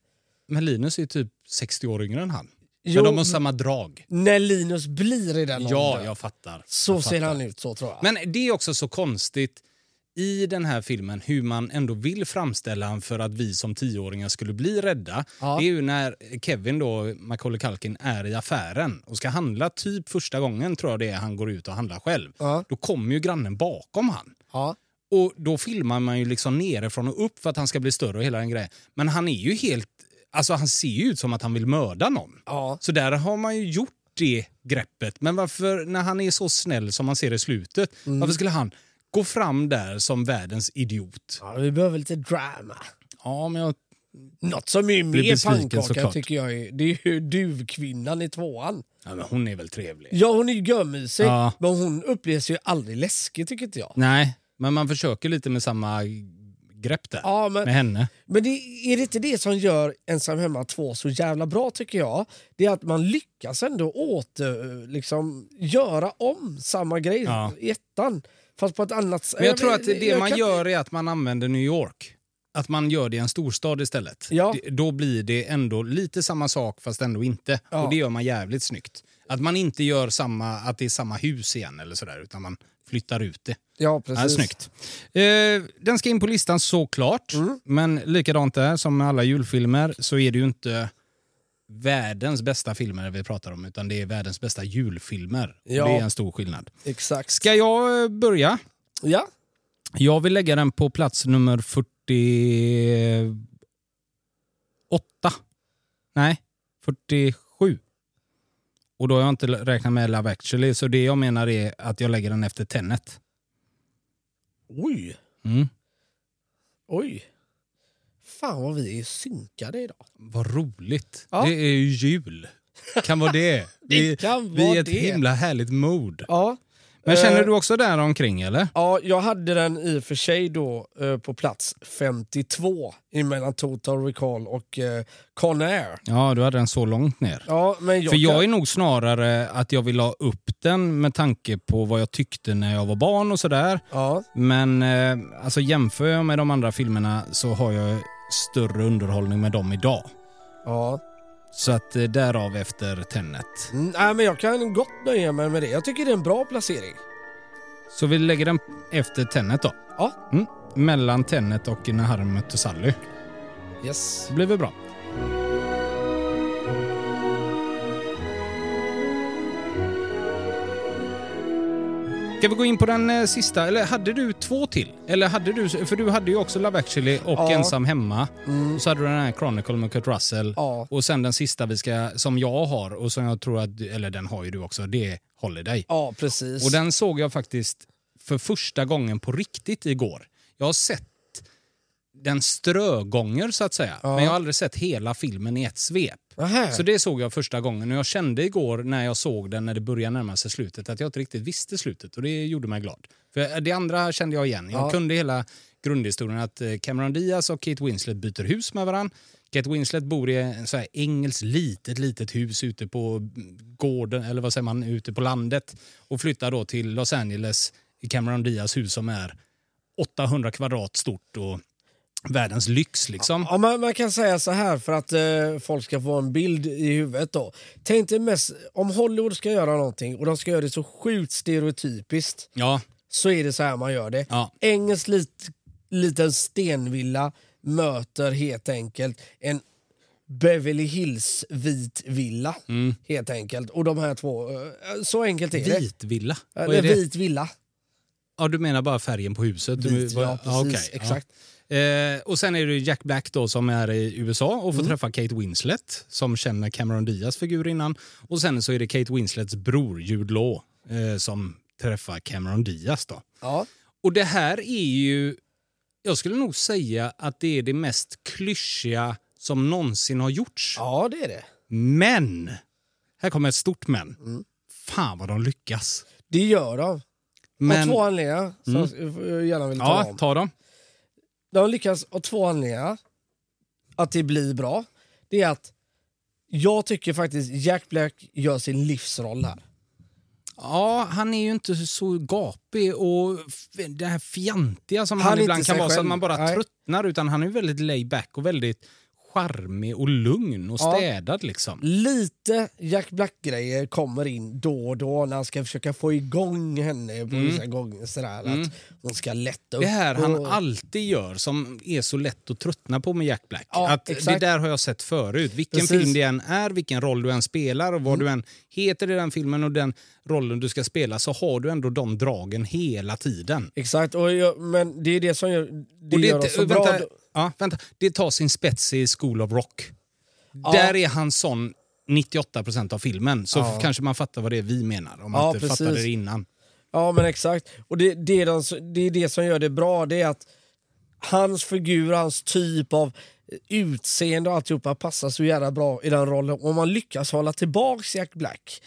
[SPEAKER 1] Men Linus är typ 60 år yngre än han.
[SPEAKER 2] Jo,
[SPEAKER 1] Men de har samma drag.
[SPEAKER 2] När Linus blir i den
[SPEAKER 1] Ja,
[SPEAKER 2] åldern.
[SPEAKER 1] jag fattar.
[SPEAKER 2] Så
[SPEAKER 1] jag
[SPEAKER 2] ser
[SPEAKER 1] fattar.
[SPEAKER 2] han ut så tror jag.
[SPEAKER 1] Men det är också så konstigt i den här filmen hur man ändå vill framställa han för att vi som tioåringar skulle bli rädda.
[SPEAKER 2] Ja.
[SPEAKER 1] Det är ju när Kevin då, Macaulay Culkin, är i affären och ska handla typ första gången tror jag det är han går ut och handlar själv.
[SPEAKER 2] Ja.
[SPEAKER 1] Då kommer ju grannen bakom han.
[SPEAKER 2] ja.
[SPEAKER 1] Och då filmar man ju liksom nerifrån och upp för att han ska bli större och hela den grejen. Men han är ju helt... Alltså han ser ju ut som att han vill mörda någon.
[SPEAKER 2] Ja.
[SPEAKER 1] Så där har man ju gjort det greppet. Men varför, när han är så snäll som man ser i slutet,
[SPEAKER 2] Mm.
[SPEAKER 1] varför skulle han gå fram där som världens idiot?
[SPEAKER 2] ja, vi behöver lite drama.
[SPEAKER 1] Ja, men jag...
[SPEAKER 2] Något som är
[SPEAKER 1] Blir
[SPEAKER 2] mer
[SPEAKER 1] besviken
[SPEAKER 2] pannkaka
[SPEAKER 1] såklart.
[SPEAKER 2] tycker jag är, det är ju duvkvinnan i tvåan.
[SPEAKER 1] Ja, men hon är väl trevlig?
[SPEAKER 2] Ja, hon är ju görmysig,
[SPEAKER 1] Ja.
[SPEAKER 2] men hon upplevs ju aldrig läskig tycker inte jag.
[SPEAKER 1] Nej, men man försöker lite med samma grepp där.
[SPEAKER 2] Ja, men
[SPEAKER 1] Med henne.
[SPEAKER 2] Men det, är det inte det som gör Ensam hemma 2 så jävla bra tycker jag? Det är att man lyckas ändå åter, liksom, göra om samma grej
[SPEAKER 1] Ja.
[SPEAKER 2] i ettan. Fast på ett annat sätt.
[SPEAKER 1] Men jag tror att det
[SPEAKER 2] jag
[SPEAKER 1] man
[SPEAKER 2] kan-
[SPEAKER 1] gör är att man använder New York. Att man gör det i en storstad istället.
[SPEAKER 2] Ja.
[SPEAKER 1] Det- Då blir det ändå lite samma sak fast ändå inte.
[SPEAKER 2] Ja.
[SPEAKER 1] Och det gör man jävligt snyggt. Att man inte gör samma, att det är samma hus igen eller sådär utan man flyttar ut det.
[SPEAKER 2] Ja,
[SPEAKER 1] Ja,
[SPEAKER 2] precis.
[SPEAKER 1] snyggt. Eh, den ska in på listan såklart.
[SPEAKER 2] Mm.
[SPEAKER 1] Men likadant där som med alla julfilmer så är det ju inte världens bästa filmer vi pratar om utan det är världens bästa julfilmer. Och
[SPEAKER 2] Ja.
[SPEAKER 1] Det är en stor skillnad.
[SPEAKER 2] Exakt.
[SPEAKER 1] Ska jag eh, börja?
[SPEAKER 2] Ja.
[SPEAKER 1] Jag vill lägga den på plats nummer 48. Nej, 47. Och då har jag inte räknat med Love actually, så det jag menar är att jag lägger den efter Tenet.
[SPEAKER 2] Oj.
[SPEAKER 1] Mm.
[SPEAKER 2] Oj. Fan vad vi är synkade idag.
[SPEAKER 1] Vad roligt.
[SPEAKER 2] Ja.
[SPEAKER 1] Det är ju jul. Kan vara [laughs] det. Vi,
[SPEAKER 2] kan
[SPEAKER 1] vi
[SPEAKER 2] vara
[SPEAKER 1] är ett
[SPEAKER 2] det.
[SPEAKER 1] himla härligt mod.
[SPEAKER 2] Ja.
[SPEAKER 1] Men känner
[SPEAKER 2] Eh.
[SPEAKER 1] du också där omkring eller?
[SPEAKER 2] ja, jag hade den i och för sig då eh, på plats 52 emellan Total Recall och eh, Con Air.
[SPEAKER 1] Ja, du hade den så långt ner.
[SPEAKER 2] Ja, men
[SPEAKER 1] För
[SPEAKER 2] jag kan-
[SPEAKER 1] jag är nog snarare att jag vill ha upp den med tanke på vad jag tyckte när jag var barn och sådär.
[SPEAKER 2] Ja.
[SPEAKER 1] Men eh, alltså jämför jag med de andra filmerna så har jag större underhållning med dem idag.
[SPEAKER 2] ja.
[SPEAKER 1] Så att eh, därav efter Tenet.
[SPEAKER 2] Mm, nej, men jag kan gott nöja mig med det. Jag tycker det är en bra placering.
[SPEAKER 1] Så vi lägger den efter Tenet då.
[SPEAKER 2] Ja.
[SPEAKER 1] Mm. Mellan Tenet och När Harry mötte Sally.
[SPEAKER 2] Yes.
[SPEAKER 1] Det blir väl bra. Ska vi gå in på den eh, sista? Eller hade du två till? Eller hade du, för du hade ju också Love actually och
[SPEAKER 2] Ja.
[SPEAKER 1] Ensam hemma.
[SPEAKER 2] Mm.
[SPEAKER 1] Och så hade du den här Chronicle med Kurt Russell.
[SPEAKER 2] Ja.
[SPEAKER 1] Och sen den sista vi ska, som jag har och som jag tror att, eller den har ju du också, det är Holiday.
[SPEAKER 2] ja, precis.
[SPEAKER 1] Och den såg jag faktiskt för första gången på riktigt igår. Jag har sett den strögånger så att säga,
[SPEAKER 2] Ja.
[SPEAKER 1] men jag har aldrig sett hela filmen i ett svep.
[SPEAKER 2] Aha.
[SPEAKER 1] Så det såg jag första gången och jag kände igår när jag såg den när det började närma sig slutet att jag inte riktigt visste slutet och det gjorde mig glad. För det andra kände jag igen. Jag
[SPEAKER 2] Ja.
[SPEAKER 1] kunde hela grundhistorien att eh, Cameron Diaz och Kate Winslet byter hus med varandra. Kate Winslet bor i en så här engelskt litet, litet hus ute på mm, gården, eller vad säger man, ute på landet och flyttar då till Los Angeles i Cameron Diaz hus som är 800 kvadrat stort och världens lyx liksom.
[SPEAKER 2] Ja, man, man kan säga så här för att eh, folk ska få en bild i huvudet. då. Tänk dig mest, om Hollywood ska göra någonting och de ska göra det så sjukt stereotypiskt
[SPEAKER 1] Ja,
[SPEAKER 2] så är det så här man gör det.
[SPEAKER 1] ja,
[SPEAKER 2] Engelsk lit, liten stenvilla möter helt enkelt en Beverly Hills vit villa. Helt enkelt. Och de här två, eh, så enkelt är det.
[SPEAKER 1] Mm. vit villa. Vad
[SPEAKER 2] Eller
[SPEAKER 1] är det?
[SPEAKER 2] vit villa.
[SPEAKER 1] Ja, du menar bara färgen på huset? Du-
[SPEAKER 2] Vit,
[SPEAKER 1] vad-
[SPEAKER 2] ja, precis,
[SPEAKER 1] okej, ja.
[SPEAKER 2] exakt.
[SPEAKER 1] Eh, och sen är det Jack Black då som är i USA och får
[SPEAKER 2] Mm.
[SPEAKER 1] träffa Kate Winslet som känner Cameron Diaz figur innan. Och sen så är det Kate Winslets bror Jude Law eh, som träffar Cameron Diaz då.
[SPEAKER 2] Ja.
[SPEAKER 1] Och det här är ju, jag skulle nog säga att det är det mest klyschiga som någonsin har gjorts.
[SPEAKER 2] ja, det är det.
[SPEAKER 1] Men, här kommer ett stort men.
[SPEAKER 2] Mm.
[SPEAKER 1] Fan vad de lyckas.
[SPEAKER 2] Det gör de.
[SPEAKER 1] Men, Mm.
[SPEAKER 2] Av två anledningar som jag eh, gärna vill tala
[SPEAKER 1] ja,
[SPEAKER 2] om.
[SPEAKER 1] ta dem.
[SPEAKER 2] De lyckas av två anledningar att det blir bra. Det är att jag tycker faktiskt Jack Black gör sin livsroll här.
[SPEAKER 1] Ja, han är ju inte så gapig och f- det här fjantiga som
[SPEAKER 2] Han
[SPEAKER 1] han,
[SPEAKER 2] är inte
[SPEAKER 1] ibland kan
[SPEAKER 2] sig
[SPEAKER 1] vara så att
[SPEAKER 2] själv.
[SPEAKER 1] man bara
[SPEAKER 2] Nej.
[SPEAKER 1] tröttnar utan han är ju väldigt laid back och väldigt charmig och lugn och
[SPEAKER 2] Ja.
[SPEAKER 1] städad liksom.
[SPEAKER 2] Lite Jack Black-grejer kommer in då och då när han ska försöka få igång henne på vissa gånger. Sådär, Att hon ska lätta upp.
[SPEAKER 1] Mm. Det här han
[SPEAKER 2] och-
[SPEAKER 1] alltid gör som är så lätt att tröttna på med Jack Black.
[SPEAKER 2] Ja,
[SPEAKER 1] att det
[SPEAKER 2] exakt.
[SPEAKER 1] där har jag sett förut. Vilken
[SPEAKER 2] Precis. Mm.
[SPEAKER 1] film det än är, vilken roll du än spelar och vad du än heter i den filmen och den rollen du ska spela så har du ändå de dragen hela tiden.
[SPEAKER 2] Exakt, och jag, men det är det som gör, det
[SPEAKER 1] Och
[SPEAKER 2] gör oss så
[SPEAKER 1] vänta,
[SPEAKER 2] bra.
[SPEAKER 1] Ja, vänta. Det tar sin spets i School of Rock.
[SPEAKER 2] Ja.
[SPEAKER 1] Där är han sån 98 av filmen. Så
[SPEAKER 2] Ja.
[SPEAKER 1] kanske man fattar vad det är vi menar om man
[SPEAKER 2] Ja,
[SPEAKER 1] inte fattade
[SPEAKER 2] precis.
[SPEAKER 1] det innan.
[SPEAKER 2] Ja, men exakt. Och det, det, är de, det är det som gör det bra, det är att hans figur, hans typ av utseende och alltihopa passar så jävla bra i den rollen. Och man lyckas hålla tillbaks Jack Black.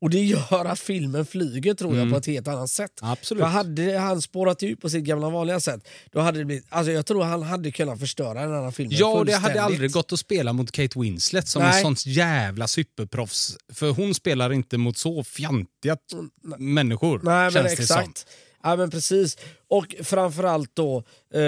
[SPEAKER 2] Och det gör att filmen flyger tror jag på ett helt annat sätt.
[SPEAKER 1] Mm. Absolut.
[SPEAKER 2] För hade han spårat ut på sitt gamla vanliga sätt, då hade det blivit... Alltså jag tror han hade kunnat förstöra den här filmen
[SPEAKER 1] Ja, och det hade
[SPEAKER 2] fullständigt.
[SPEAKER 1] aldrig gått att spela mot Kate Winslet som en
[SPEAKER 2] Nej.
[SPEAKER 1] sånt jävla superproffs. För hon spelar inte mot så fjantiga t- människor,
[SPEAKER 2] Mm, Nej, men
[SPEAKER 1] känns det som.
[SPEAKER 2] exakt. Ja, men precis. Och framförallt då eh,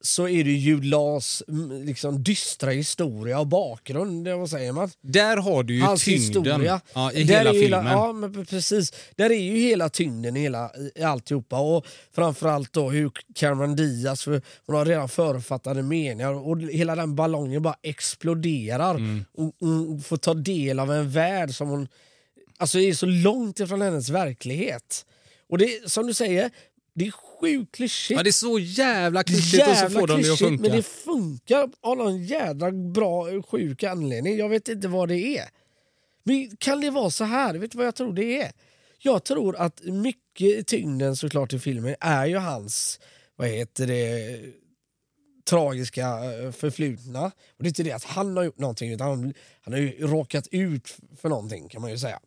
[SPEAKER 2] så är det ju Lars mm, liksom, dystra historia och bakgrund, eller vad säger man?
[SPEAKER 1] Där har du ju
[SPEAKER 2] Hans
[SPEAKER 1] tyngden
[SPEAKER 2] historia.
[SPEAKER 1] ja, i
[SPEAKER 2] Där
[SPEAKER 1] hela
[SPEAKER 2] är ju
[SPEAKER 1] filmen.
[SPEAKER 2] ja, men pre- precis. Där är ju hela tyngden i, hela, i alltihopa. Och framförallt då hur Cameron Diaz, för hon har redan författade meningar och hela den ballongen bara exploderar.
[SPEAKER 1] Mm.
[SPEAKER 2] Och, och får ta del av en värld som hon... Alltså är så långt ifrån hennes verklighet. Och det är, som du säger, det är sjukt klyschigt.
[SPEAKER 1] Ja, det är så jävla klyschigt och så
[SPEAKER 2] Jävla
[SPEAKER 1] får de det att
[SPEAKER 2] klyschigt,
[SPEAKER 1] funka.
[SPEAKER 2] men det funkar av någon jädra bra sjuk anledning. Jag vet inte vad det är. Men kan det vara så här? Vet du vad jag tror det är? Jag tror att mycket i tyngden såklart i filmen är ju hans, vad heter det, tragiska eh, förflutna. Och det är inte det att han har gjort någonting utan han, han har ju råkat ut för någonting kan man ju säga.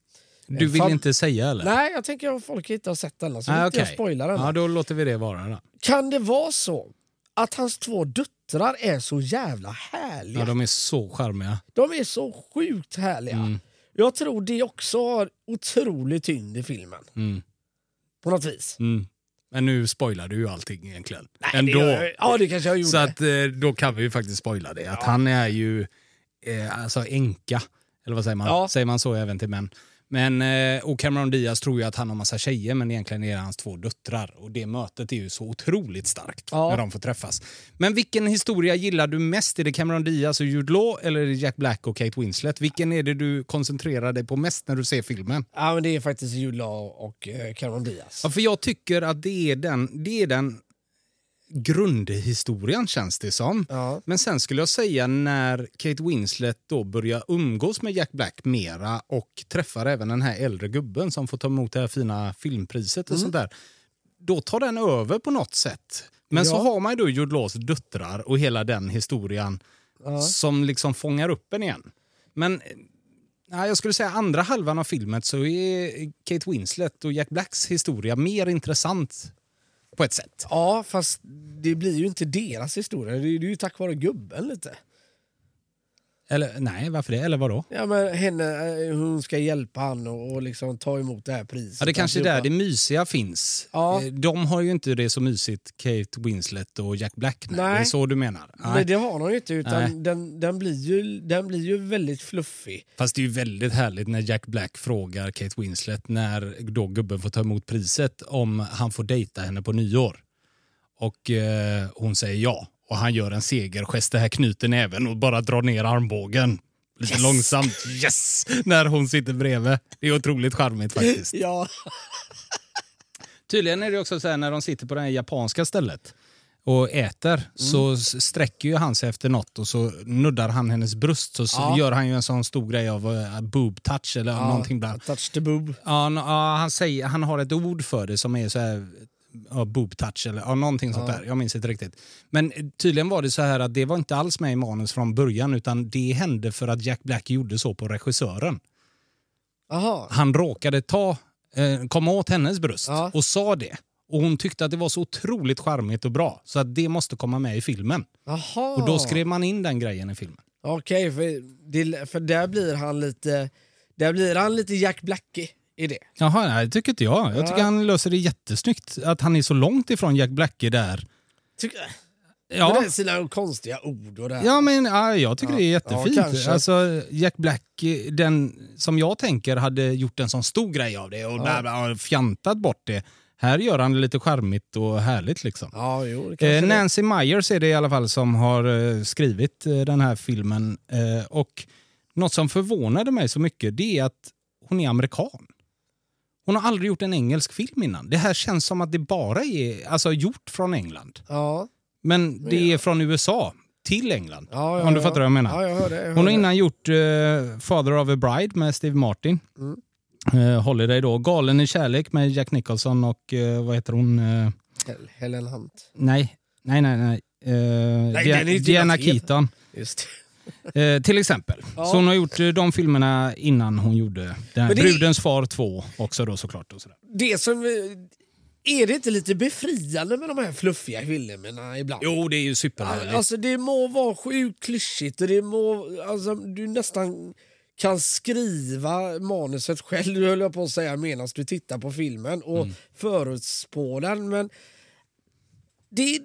[SPEAKER 1] Du vill
[SPEAKER 2] Fan-
[SPEAKER 1] inte säga eller?
[SPEAKER 2] Nej, jag tänker att folk inte har sett denna så
[SPEAKER 1] Nej,
[SPEAKER 2] vill inte jag
[SPEAKER 1] okej.
[SPEAKER 2] spoila den.
[SPEAKER 1] Ja, då låter vi det vara. Då.
[SPEAKER 2] Kan det vara så att hans två döttrar är så jävla härliga?
[SPEAKER 1] Ja, de är så charmiga.
[SPEAKER 2] De är så sjukt härliga.
[SPEAKER 1] Mm.
[SPEAKER 2] Jag tror det också har otrolig tyngd i filmen.
[SPEAKER 1] Mm.
[SPEAKER 2] På något vis.
[SPEAKER 1] Mm. Men nu spoilar du ju allting egentligen. Nej,
[SPEAKER 2] Det gör jag- Ja, det kanske jag gjorde.
[SPEAKER 1] Så att, eh, då kan vi ju faktiskt spoila det. Att han är ju eh, alltså enka. Eller vad säger man?
[SPEAKER 2] Ja.
[SPEAKER 1] Säger man så även till män? Men, eh, och Cameron Diaz tror ju att han har massa tjejer men egentligen är det hans två döttrar. Och det mötet är ju så otroligt starkt
[SPEAKER 2] Ja.
[SPEAKER 1] när de får träffas. Men vilken historia gillar du mest? Är det Cameron Diaz och Jude Law eller är det Jack Black och Kate Winslet? Vilken är det du koncentrerar dig på mest när du ser filmen?
[SPEAKER 2] Ja, men det är faktiskt Jude Law och eh, Cameron Diaz.
[SPEAKER 1] Ja, för jag tycker att det är den, det är den grundhistorien känns det som.
[SPEAKER 2] Ja.
[SPEAKER 1] Men sen skulle jag säga när Kate Winslet då börjar umgås med Jack Black mera och träffar även den här äldre gubben som får ta emot det här fina filmpriset och sånt där. Då tar den över på något sätt. Men så
[SPEAKER 2] Ja.
[SPEAKER 1] har man ju då Jude Laws döttrar och hela den historien som liksom fångar upp en igen. Men eh, nej, jag skulle säga andra halvan av filmen så är Kate Winslet och Jack Blacks historia mer intressant på ett sätt.
[SPEAKER 2] ja, fast det blir ju inte deras historia. Det är det är ju tack vare gubben lite.
[SPEAKER 1] Eller nej, varför det? Eller vadå?
[SPEAKER 2] Ja, men henne, eh, hon ska hjälpa han och, och liksom ta emot det här priset.
[SPEAKER 1] Ja, det kanske är
[SPEAKER 2] Alltihopa.
[SPEAKER 1] där det mysiga finns.
[SPEAKER 2] Ja.
[SPEAKER 1] Eh, De har ju inte det så mysigt, Kate Winslet och Jack Black. Nej.
[SPEAKER 2] Nej.
[SPEAKER 1] Det är så du menar? Nej.
[SPEAKER 2] Nej, det har hon ju inte.
[SPEAKER 1] Nej.
[SPEAKER 2] Utan den, den, blir ju, den blir ju väldigt fluffig.
[SPEAKER 1] Fast det är ju väldigt härligt när Jack Black frågar Kate Winslet när då gubben får ta emot priset om han får dejta henne på nyår. Och eh, hon säger ja. Och han gör en segergest, det här knyter näven och bara drar ner armbågen. Lite långsamt, yes! När hon sitter bredvid. Det är otroligt charmigt faktiskt.
[SPEAKER 2] Ja.
[SPEAKER 1] Tydligen är det också så här när de sitter på det här japanska stället och äter så s- sträcker ju han sig efter något och så nuddar han hennes bröst så s-
[SPEAKER 2] Ja.
[SPEAKER 1] gör han ju en sån stor grej av eh, boob touch eller någonting bland.
[SPEAKER 2] Touch the boob.
[SPEAKER 1] Ja, n- ja, han, säger, han har ett ord för det som är så här ja, boob touch eller ja, någonting sånt där. Jag minns inte riktigt. Men eh, tydligen var det så här att det var inte alls med i manus från början utan det hände för att Jack Black gjorde så på regissören
[SPEAKER 2] Aha.
[SPEAKER 1] han råkade ta, eh, komma åt hennes bröst
[SPEAKER 2] Ja.
[SPEAKER 1] och sa det. Och hon tyckte att det var så otroligt charmigt och bra så att det måste komma med i filmen.
[SPEAKER 2] Aha.
[SPEAKER 1] Och då skrev man in den grejen i filmen.
[SPEAKER 2] Okej, för, det, för där blir han lite... Där blir han lite Jack Blackie i det.
[SPEAKER 1] Jaha, nej, det tycker inte jag. Jag tycker
[SPEAKER 2] Ja.
[SPEAKER 1] han löser det jättesnyggt. Att han är så långt ifrån Jack Blackie där.
[SPEAKER 2] Tycker- Ja.
[SPEAKER 1] Ja.
[SPEAKER 2] Med sina konstiga ord och det här.
[SPEAKER 1] Ja, men ja, jag tycker
[SPEAKER 2] Ja.
[SPEAKER 1] det är
[SPEAKER 2] Ja,
[SPEAKER 1] jättefint.
[SPEAKER 2] kanske.
[SPEAKER 1] alltså, Jack Black, eh, den som jag tänker hade gjort en sån stor grej av det och bla, bla, och fjantat bort det. Här gör han det lite charmigt och härligt liksom.
[SPEAKER 2] Ja, jo, det kanske
[SPEAKER 1] Eh,
[SPEAKER 2] det.
[SPEAKER 1] Nancy Myers är det i alla fall som har eh, skrivit eh, den här filmen. Eh, och något som förvånade mig så mycket det är att hon är amerikan. Hon har aldrig gjort en engelsk film innan. Det här känns som att det bara är alltså, gjort från England.
[SPEAKER 2] Ja,
[SPEAKER 1] Men det
[SPEAKER 2] Ja.
[SPEAKER 1] är från USA till England.
[SPEAKER 2] ja, ja,
[SPEAKER 1] om du
[SPEAKER 2] ja.
[SPEAKER 1] fattar vad jag menar.
[SPEAKER 2] Ja, jag hör det. Jag hör
[SPEAKER 1] Hon har
[SPEAKER 2] det.
[SPEAKER 1] innan gjort eh, Father of a Bride med Steve Martin.
[SPEAKER 2] Mm.
[SPEAKER 1] Eh, Holiday då. Galen i kärlek med Jack Nicholson och eh, vad heter hon? Eh,
[SPEAKER 2] Hel- Helen Hunt.
[SPEAKER 1] nej, nej, nej. nej. Eh, Dia-
[SPEAKER 2] den är ju till
[SPEAKER 1] Diana
[SPEAKER 2] att se.
[SPEAKER 1] Keaton
[SPEAKER 2] Just det.
[SPEAKER 1] eh, till exempel.
[SPEAKER 2] Ja.
[SPEAKER 1] Så hon har gjort eh, de filmerna innan hon gjorde den.
[SPEAKER 2] det-
[SPEAKER 1] Brudens far 2 också då såklart. Och sådär.
[SPEAKER 2] det som... eh, Är det inte lite befriande med de här fluffiga filmerna ibland?
[SPEAKER 1] Jo, det är ju superhärligt.
[SPEAKER 2] Alltså det må vara sjukt klyschigt och det må... Alltså, du nästan kan skriva manuset själv, höll jag på att säga, medan du tittar på filmen och
[SPEAKER 1] Mm.
[SPEAKER 2] förutspå den. Men det, jag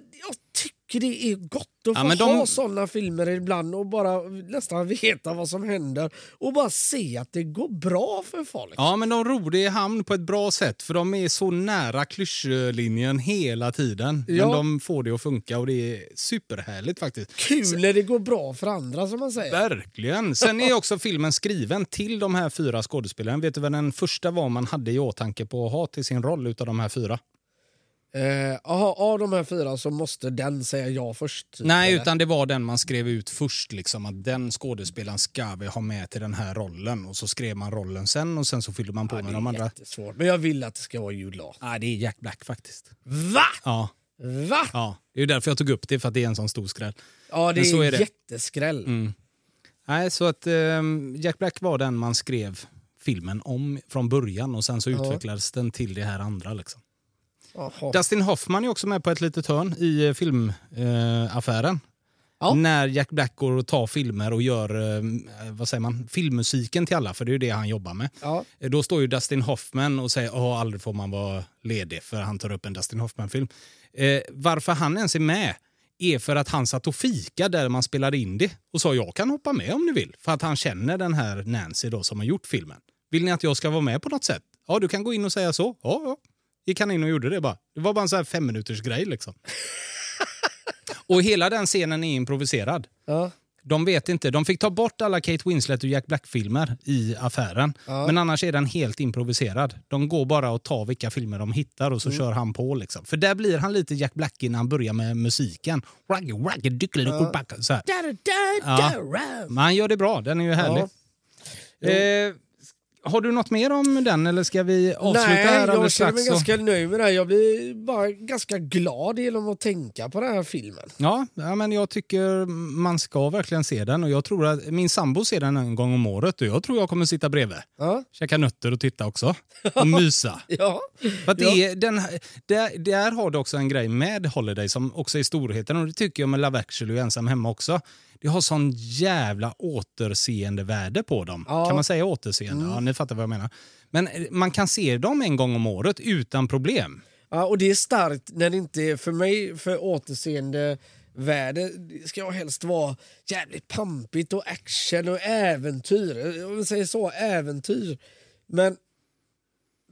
[SPEAKER 2] tycker det är gott att
[SPEAKER 1] Ja,
[SPEAKER 2] få
[SPEAKER 1] men de-
[SPEAKER 2] ha såna filmer ibland och bara nästan veta vad som händer och bara se att det går bra för folk.
[SPEAKER 1] Ja, men de ror det i hamn på ett bra sätt för de är så nära klyschlinjen hela tiden.
[SPEAKER 2] Ja.
[SPEAKER 1] Men de får det att funka och det är superhärligt faktiskt.
[SPEAKER 2] Kul när det går bra för andra som man säger.
[SPEAKER 1] Verkligen. Sen är också filmen skriven till de här fyra skådespelarna. Vet du vad den första var man hade i åtanke på att ha till sin roll utav de här fyra?
[SPEAKER 2] Eh, aha, av de här fyra så måste den säga ja först. typ,
[SPEAKER 1] Nej,
[SPEAKER 2] eller?
[SPEAKER 1] utan det var den man skrev ut först. Liksom, att Den skådespelaren ska vi ha med till den här rollen. Och så skrev man rollen sen och sen så fyllde man på
[SPEAKER 2] Ja, det
[SPEAKER 1] med de
[SPEAKER 2] är
[SPEAKER 1] andra.
[SPEAKER 2] jättesvårt. Men jag vill att det ska vara Jude Law.
[SPEAKER 1] Ja, det är Jack Black faktiskt.
[SPEAKER 2] Va?
[SPEAKER 1] Ja,
[SPEAKER 2] Va? Ja,
[SPEAKER 1] ja. Det är ju därför jag tog upp det, för att det är en sån stor skräll.
[SPEAKER 2] det
[SPEAKER 1] men så
[SPEAKER 2] är,
[SPEAKER 1] är det.
[SPEAKER 2] jätteskräll.
[SPEAKER 1] Nej, så att ehm, Jack Black var den man skrev filmen om från början och sen så utvecklades den till det här andra. Liksom.
[SPEAKER 2] Jaha.
[SPEAKER 1] Dustin Hoffman är också med på ett litet hörn i eh, filmaffären. Eh, affären.
[SPEAKER 2] Ja.
[SPEAKER 1] När Jack Black går och tar filmer och gör eh, vad säger man, filmmusiken till alla, för det är ju det han jobbar med.
[SPEAKER 2] Ja.
[SPEAKER 1] Eh, Då står ju Dustin Hoffman och säger att aldrig får man vara ledig för han tar upp en Dustin Hoffman-film. Eh, varför han ens är med är för att han satt och fika där man spelade in det och sa jag kan hoppa med om ni vill. För att han känner den här Nancy då som har gjort filmen. Vill ni att jag ska vara med på något sätt? Ja, du kan gå in och säga så. Ja, ja. Gick han in och gjorde det bara. Det var bara en sån här fem minuters grej liksom. [laughs] och hela den scenen är improviserad.
[SPEAKER 2] Ja.
[SPEAKER 1] De vet inte. De fick ta bort alla Kate Winslet och Jack Black-filmer i affären.
[SPEAKER 2] Ja.
[SPEAKER 1] Men annars är den helt improviserad. De går bara och tar vilka filmer de hittar och så
[SPEAKER 2] Mm.
[SPEAKER 1] kör han på. Liksom. För där blir han lite Jack Black innan han börjar med musiken. Raggy, raggy, dyckeli, kuppacka, Så här.
[SPEAKER 2] Da, da, da,
[SPEAKER 1] Ja.
[SPEAKER 2] da, ram.
[SPEAKER 1] Men han gör det bra. Den är ju härlig.
[SPEAKER 2] Ja. Jo.
[SPEAKER 1] Eh, har du något mer om den eller ska vi avsluta
[SPEAKER 2] Nej,
[SPEAKER 1] här
[SPEAKER 2] jag
[SPEAKER 1] alldeles
[SPEAKER 2] känner
[SPEAKER 1] strax?
[SPEAKER 2] mig
[SPEAKER 1] och-
[SPEAKER 2] ganska nöjd med det här. Jag blir bara ganska glad genom att tänka på den här filmen.
[SPEAKER 1] Ja, ja, men jag tycker man ska verkligen se den. Och jag tror att Min sambo ser den en gång om året och jag tror jag kommer sitta bredvid.
[SPEAKER 2] Ja.
[SPEAKER 1] käka nötter och titta
[SPEAKER 2] [laughs]
[SPEAKER 1] också. Och mysa.
[SPEAKER 2] Ja.
[SPEAKER 1] För att det är, den, här- där, där har du också en grej med Holiday som också är storheten. Och det tycker jag med Love actually och Ensam hemma också. Det har sån jävla återseendevärde på dem.
[SPEAKER 2] Ja. Mm.
[SPEAKER 1] Kan man säga återseende? Ja, ni fattar vad jag menar. Men eh, man kan se dem en gång om året utan
[SPEAKER 2] [laughs]
[SPEAKER 1] problem.
[SPEAKER 2] Ja, och det är starkt när det inte är för mig för återseende värde det ska jag helst vara jävligt pampigt och action och äventyr. Om vi säger så, äventyr. Men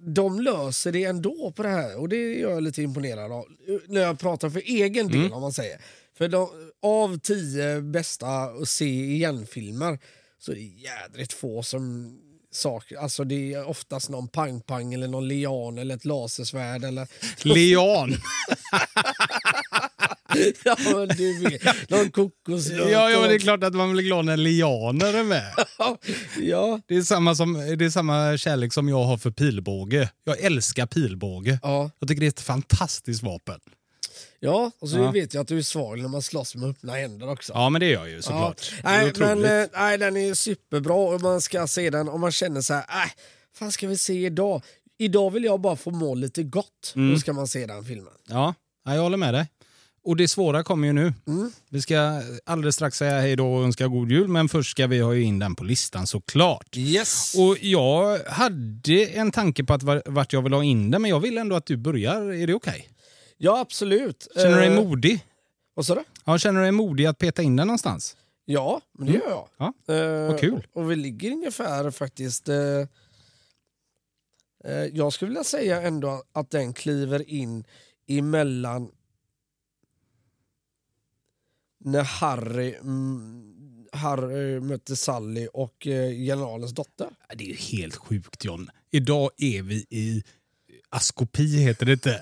[SPEAKER 2] de löser det ändå på det här och det är jag lite imponerad av. När jag pratar för egen del
[SPEAKER 1] Mm.
[SPEAKER 2] om man säger. För de, av tio bästa att se igen-filmer så är det jädrigt få som saker, alltså det är oftast någon pang-pang eller någon lian eller ett lasersvärd eller [laughs]
[SPEAKER 1] Leon!
[SPEAKER 2] Ja, men du vet. Någon kokosnöt.
[SPEAKER 1] ja, ja, men det är
[SPEAKER 2] och-
[SPEAKER 1] klart att man blir glad när leaner är
[SPEAKER 2] [laughs]
[SPEAKER 1] med.
[SPEAKER 2] Ja.
[SPEAKER 1] Det är, samma som, det är samma kärlek som jag har för pilbåge. Jag älskar pilbåge.
[SPEAKER 2] Ja.
[SPEAKER 1] Jag tycker det är ett fantastiskt vapen.
[SPEAKER 2] ja, och så
[SPEAKER 1] Ja.
[SPEAKER 2] vet jag att du är svag när man slåss med öppna händer också.
[SPEAKER 1] Ja, men det gör jag ju såklart. Det är
[SPEAKER 2] Nej, men,
[SPEAKER 1] otroligt.
[SPEAKER 2] eh, nej, den är superbra och man ska se den om man känner så här, nej, fan ska vi se idag? Idag vill jag bara få må lite gott.
[SPEAKER 1] Mm.
[SPEAKER 2] Då ska man se den filmen.
[SPEAKER 1] Ja, ja, jag håller med dig. Och det svåra kommer ju nu. Vi ska alldeles strax säga hej då och önska god jul, men först ska vi ha ju in den på listan såklart.
[SPEAKER 2] Yes!
[SPEAKER 1] Och jag hade en tanke på att var- vart jag vill ha in den, men jag vill ändå att du börjar. Är det okej?
[SPEAKER 2] ja, absolut.
[SPEAKER 1] Känner du dig
[SPEAKER 2] Eh,
[SPEAKER 1] modig?
[SPEAKER 2] Vad sa du?
[SPEAKER 1] Ja, känner du dig modig att peta in den någonstans?
[SPEAKER 2] Ja, men det gör jag.
[SPEAKER 1] Ja,
[SPEAKER 2] Eh,
[SPEAKER 1] vad kul.
[SPEAKER 2] Och, och vi ligger ungefär faktiskt... Eh, eh, jag skulle vilja säga ändå att den kliver in emellan när Harry, mm, Harry mötte Sally och eh, generalens dotter.
[SPEAKER 1] [laughs] Det är ju helt sjukt, John. Idag är vi i askopi, heter det [laughs] inte?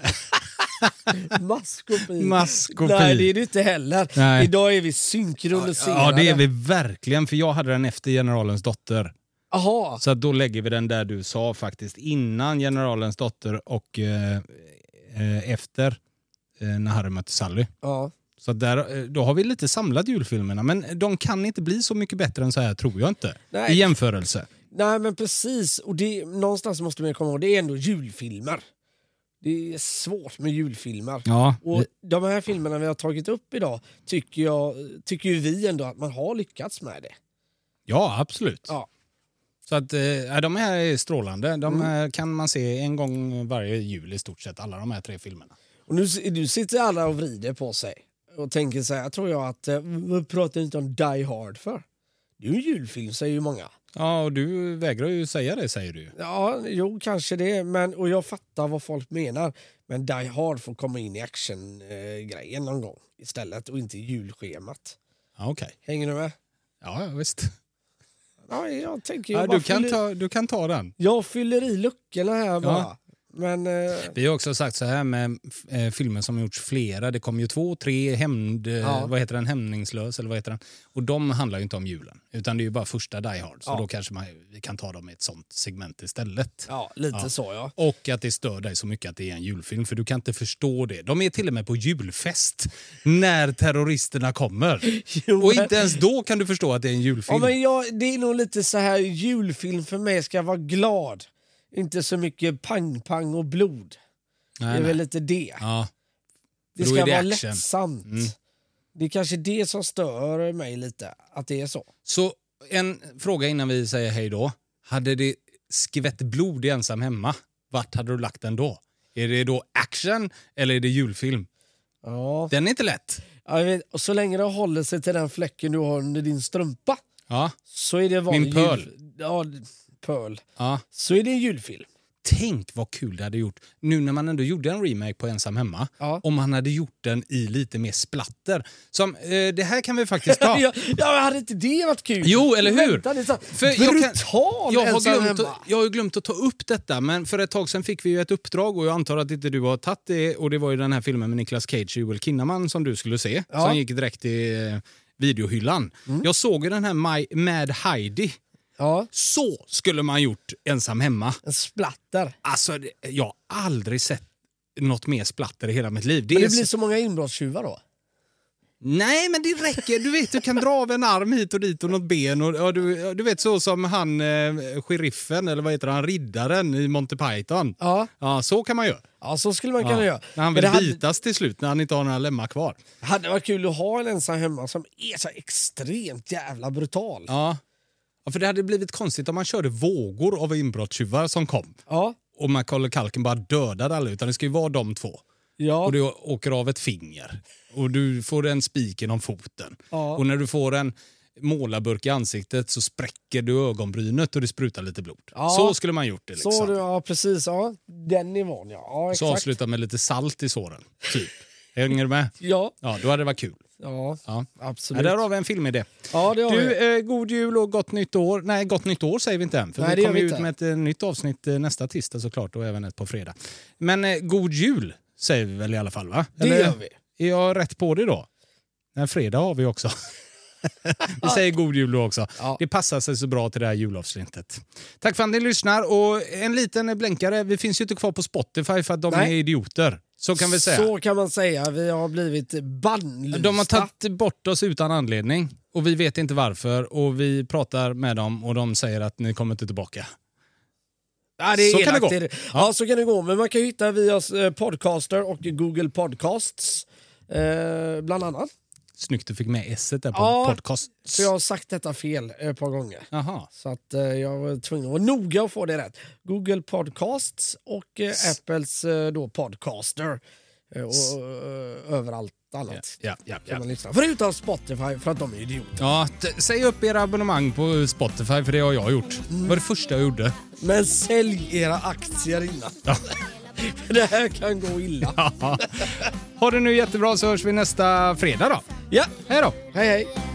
[SPEAKER 2] Maskopi.
[SPEAKER 1] Maskopi.
[SPEAKER 2] Nej, det är det inte heller.
[SPEAKER 1] Nej.
[SPEAKER 2] Idag är vi
[SPEAKER 1] ja,
[SPEAKER 2] synkroniserade.
[SPEAKER 1] ja, det är vi verkligen, för jag hade den efter Generalens dotter.
[SPEAKER 2] Aha.
[SPEAKER 1] Så att då lägger vi den där du sa faktiskt, innan Generalens dotter och eh, eh, efter eh, när Harry mötte Sally.
[SPEAKER 2] Ja.
[SPEAKER 1] Så att där, eh, då har vi lite samlat julfilmerna, men de kan inte bli så mycket bättre än så här, tror jag inte.
[SPEAKER 2] Nej.
[SPEAKER 1] I jämförelse.
[SPEAKER 2] Nej, men precis. Och det, någonstans måste man komma ihåg, det är ändå julfilmer. Det är svårt med julfilmer.
[SPEAKER 1] Ja,
[SPEAKER 2] Och de här filmerna vi har tagit upp idag tycker, jag, tycker ju vi ändå att man har lyckats med det.
[SPEAKER 1] ja absolut.
[SPEAKER 2] Ja. Mm.
[SPEAKER 1] Så att, eh, ja, de här är strålande. De här kan man se en gång varje jul i stort sett, alla de här tre filmerna.
[SPEAKER 2] Och nu, s- nu sitter alla och vrider på sig och tänker så här, tror jag att, eh, vad pratar ni inte om Die Hard för? Det är ju en julfilm säger ju många.
[SPEAKER 1] Ja, och du vägrar ju säga det, säger du. ju.
[SPEAKER 2] Ja, jo kanske det, men, och jag fattar vad folk menar. Men Die Hard får komma in i action-grejen någon gång istället och inte i julschemat.
[SPEAKER 1] Ja, okej.
[SPEAKER 2] Hänger du med?
[SPEAKER 1] Ja, ja, visst.
[SPEAKER 2] Ja, jag tänker jag
[SPEAKER 1] Ja,
[SPEAKER 2] bara
[SPEAKER 1] du, kan
[SPEAKER 2] fyller,
[SPEAKER 1] ta, du kan ta den.
[SPEAKER 2] jag fyller i luckorna här bara. Men eh,
[SPEAKER 1] Vi har också sagt så här med eh, filmer som har gjorts flera. Det kom ju två, tre, hämnd, eh,
[SPEAKER 2] Ja.
[SPEAKER 1] vad heter den, Hämningslös eller vad heter den? Och de handlar ju inte om julen, utan det är ju bara första Die Hard. Så
[SPEAKER 2] Ja.
[SPEAKER 1] då kanske man, vi kan ta dem i ett sånt segment istället.
[SPEAKER 2] ja, lite
[SPEAKER 1] Ja.
[SPEAKER 2] så ja.
[SPEAKER 1] Och att det stör dig så mycket att det är en julfilm, för du kan inte förstå det. De är till och med på julfest när terroristerna [laughs] kommer.
[SPEAKER 2] Jo,
[SPEAKER 1] Och
[SPEAKER 2] men-
[SPEAKER 1] inte ens då kan du förstå att det är en
[SPEAKER 2] ja,
[SPEAKER 1] julfilm.
[SPEAKER 2] men jag, det är nog lite så här julfilm för mig ska vara glad. Inte så mycket pang-pang och blod. det är
[SPEAKER 1] nej, nej.
[SPEAKER 2] väl lite det.
[SPEAKER 1] Ja,
[SPEAKER 2] Det
[SPEAKER 1] Då
[SPEAKER 2] ska
[SPEAKER 1] är det
[SPEAKER 2] vara
[SPEAKER 1] action. Mm.
[SPEAKER 2] lättsamt. Det är kanske det som stör mig lite, att det är så.
[SPEAKER 1] Så en fråga innan vi säger hej då. Hade det skvätt blod i ensam hemma, vart hade du lagt den då? Är det då action eller är det julfilm?
[SPEAKER 2] Ja.
[SPEAKER 1] Den är inte lätt.
[SPEAKER 2] Ja, jag vet, och så länge det håller sig till den fläcken du har under din strumpa
[SPEAKER 1] Ja,
[SPEAKER 2] så är det vanlig
[SPEAKER 1] Min pöl.
[SPEAKER 2] Jul... Ja, d- pöl.
[SPEAKER 1] ja.
[SPEAKER 2] Så är det en julfilm.
[SPEAKER 1] Tänk vad kul det hade gjort, nu när man ändå gjorde en remake på Ensam hemma,
[SPEAKER 2] Ja.
[SPEAKER 1] om man hade gjort den i lite mer splatter. Som, eh, det här kan vi faktiskt ta.
[SPEAKER 2] [laughs] Ja, ja, men hade inte det varit kul?
[SPEAKER 1] Jo, eller hur?
[SPEAKER 2] Vänta, det är så
[SPEAKER 1] För jag kan-
[SPEAKER 2] brutal
[SPEAKER 1] Jag har,
[SPEAKER 2] ensam
[SPEAKER 1] glömt
[SPEAKER 2] hemma.
[SPEAKER 1] att, jag har ju glömt att ta upp detta, men för ett tag sedan fick vi ju ett uppdrag och jag antar att inte du har tagit det. Och det var ju den här filmen med Niklas Cage och Joel Kinnaman som du skulle se,
[SPEAKER 2] Ja. Mm.
[SPEAKER 1] som gick direkt i eh, videohyllan. Jag såg ju den här My, Mad Heidi.
[SPEAKER 2] Ja,
[SPEAKER 1] Så skulle man gjort ensam hemma.
[SPEAKER 2] en splatter.
[SPEAKER 1] Alltså, det- jag har aldrig sett något mer splatter i hela mitt liv. Det
[SPEAKER 2] Men
[SPEAKER 1] är
[SPEAKER 2] det
[SPEAKER 1] s-
[SPEAKER 2] blir så många inbrottstjuvar då?
[SPEAKER 1] Nej, men det räcker. Du vet, du kan dra av en arm hit och dit och något ben. Och, ja, du, ja, du vet, så som han eh, sheriffen, eller vad heter han, riddaren i Monty Python.
[SPEAKER 2] Ja.
[SPEAKER 1] Ja, så kan man göra.
[SPEAKER 2] Ja, så skulle man kunna
[SPEAKER 1] Ja.
[SPEAKER 2] göra.
[SPEAKER 1] När han vill
[SPEAKER 2] Men det hade,
[SPEAKER 1] bitas till slut, när han inte har några lemmar kvar.
[SPEAKER 2] hade varit kul att ha en ensam hemma som är så extremt jävla brutal. Ja.
[SPEAKER 1] Ja. ja, för det hade blivit konstigt om man körde vågor av inbrottstjuvar som kom
[SPEAKER 2] Ja.
[SPEAKER 1] och Macaulay Culkin bara dödade alla, utan det ska ju vara de två. Och du åker av ett finger och du får en spik genom foten.
[SPEAKER 2] Ja.
[SPEAKER 1] Och när du får en målarburk i ansiktet så spräcker du ögonbrynet och det sprutar lite blod.
[SPEAKER 2] Ja.
[SPEAKER 1] Så skulle man gjort det. Liksom.
[SPEAKER 2] Så
[SPEAKER 1] Så,
[SPEAKER 2] du, ja precis. Ja, den nivån ja. ja exakt.
[SPEAKER 1] avsluta med lite salt i såren. Typ. Hänger du med?
[SPEAKER 2] Ja,
[SPEAKER 1] Ja, då hade det varit kul.
[SPEAKER 2] ja,
[SPEAKER 1] Ja. Ja,
[SPEAKER 2] absolut.
[SPEAKER 1] där har vi en filmidé.
[SPEAKER 2] Ja, det har
[SPEAKER 1] Du,
[SPEAKER 2] vi.
[SPEAKER 1] eh, god jul och gott nytt år. Nej, gott nytt år säger vi inte än. För
[SPEAKER 2] Nej, det
[SPEAKER 1] vi
[SPEAKER 2] gör
[SPEAKER 1] kommer
[SPEAKER 2] vi
[SPEAKER 1] ju
[SPEAKER 2] inte.
[SPEAKER 1] ut med ett eh, nytt avsnitt eh, nästa tisdag såklart och även ett på fredag. Men eh, god jul säger vi väl i alla fall? va?
[SPEAKER 2] Det gör vi.
[SPEAKER 1] Är jag rätt på det då? Nej, fredag har vi också. [laughs] vi säger god jul då också.
[SPEAKER 2] Ja.
[SPEAKER 1] Det passar sig så bra till det här julavsnittet. Tack för att ni lyssnar och en liten blänkare. Vi finns ju inte kvar på Spotify för att de
[SPEAKER 2] Nej.
[SPEAKER 1] är idioter. Så kan vi säga.
[SPEAKER 2] Så kan man säga. Vi har blivit bannlysta.
[SPEAKER 1] De har tagit bort oss utan anledning och vi vet inte varför och vi pratar med dem och de säger att ni kommer inte tillbaka.
[SPEAKER 2] Ja, det är
[SPEAKER 1] Så kan det
[SPEAKER 2] elakt,
[SPEAKER 1] gå.
[SPEAKER 2] är Ja. så kan det gå. Men man kan ju hitta via oss, eh, Podcaster och Google Podcasts. Eh, bland annat.
[SPEAKER 1] Snyggt du fick med s där på
[SPEAKER 2] Ja,
[SPEAKER 1] podcast.
[SPEAKER 2] Så jag har sagt detta fel eh, ett par gånger.
[SPEAKER 1] Jaha.
[SPEAKER 2] Så att eh, jag var tvungen att vara noga och få det rätt. Google Podcasts och eh, Apples eh, då Podcaster. eh, och eh, överallt annat.
[SPEAKER 1] Ja, ja,
[SPEAKER 2] Kan
[SPEAKER 1] ja.
[SPEAKER 2] man lyssna. Förutom Spotify, för att de är idioter.
[SPEAKER 1] ja t- säg upp era abonnemang på Spotify, för det har jag gjort. Det var det första jag gjorde.
[SPEAKER 2] Men sälj era aktier innan. [laughs]
[SPEAKER 1] Ja.
[SPEAKER 2] Det här kan gå illa.
[SPEAKER 1] ha det nu jättebra så hörs vi nästa fredag då.
[SPEAKER 2] Ja,
[SPEAKER 1] Hej då!
[SPEAKER 2] hej hej.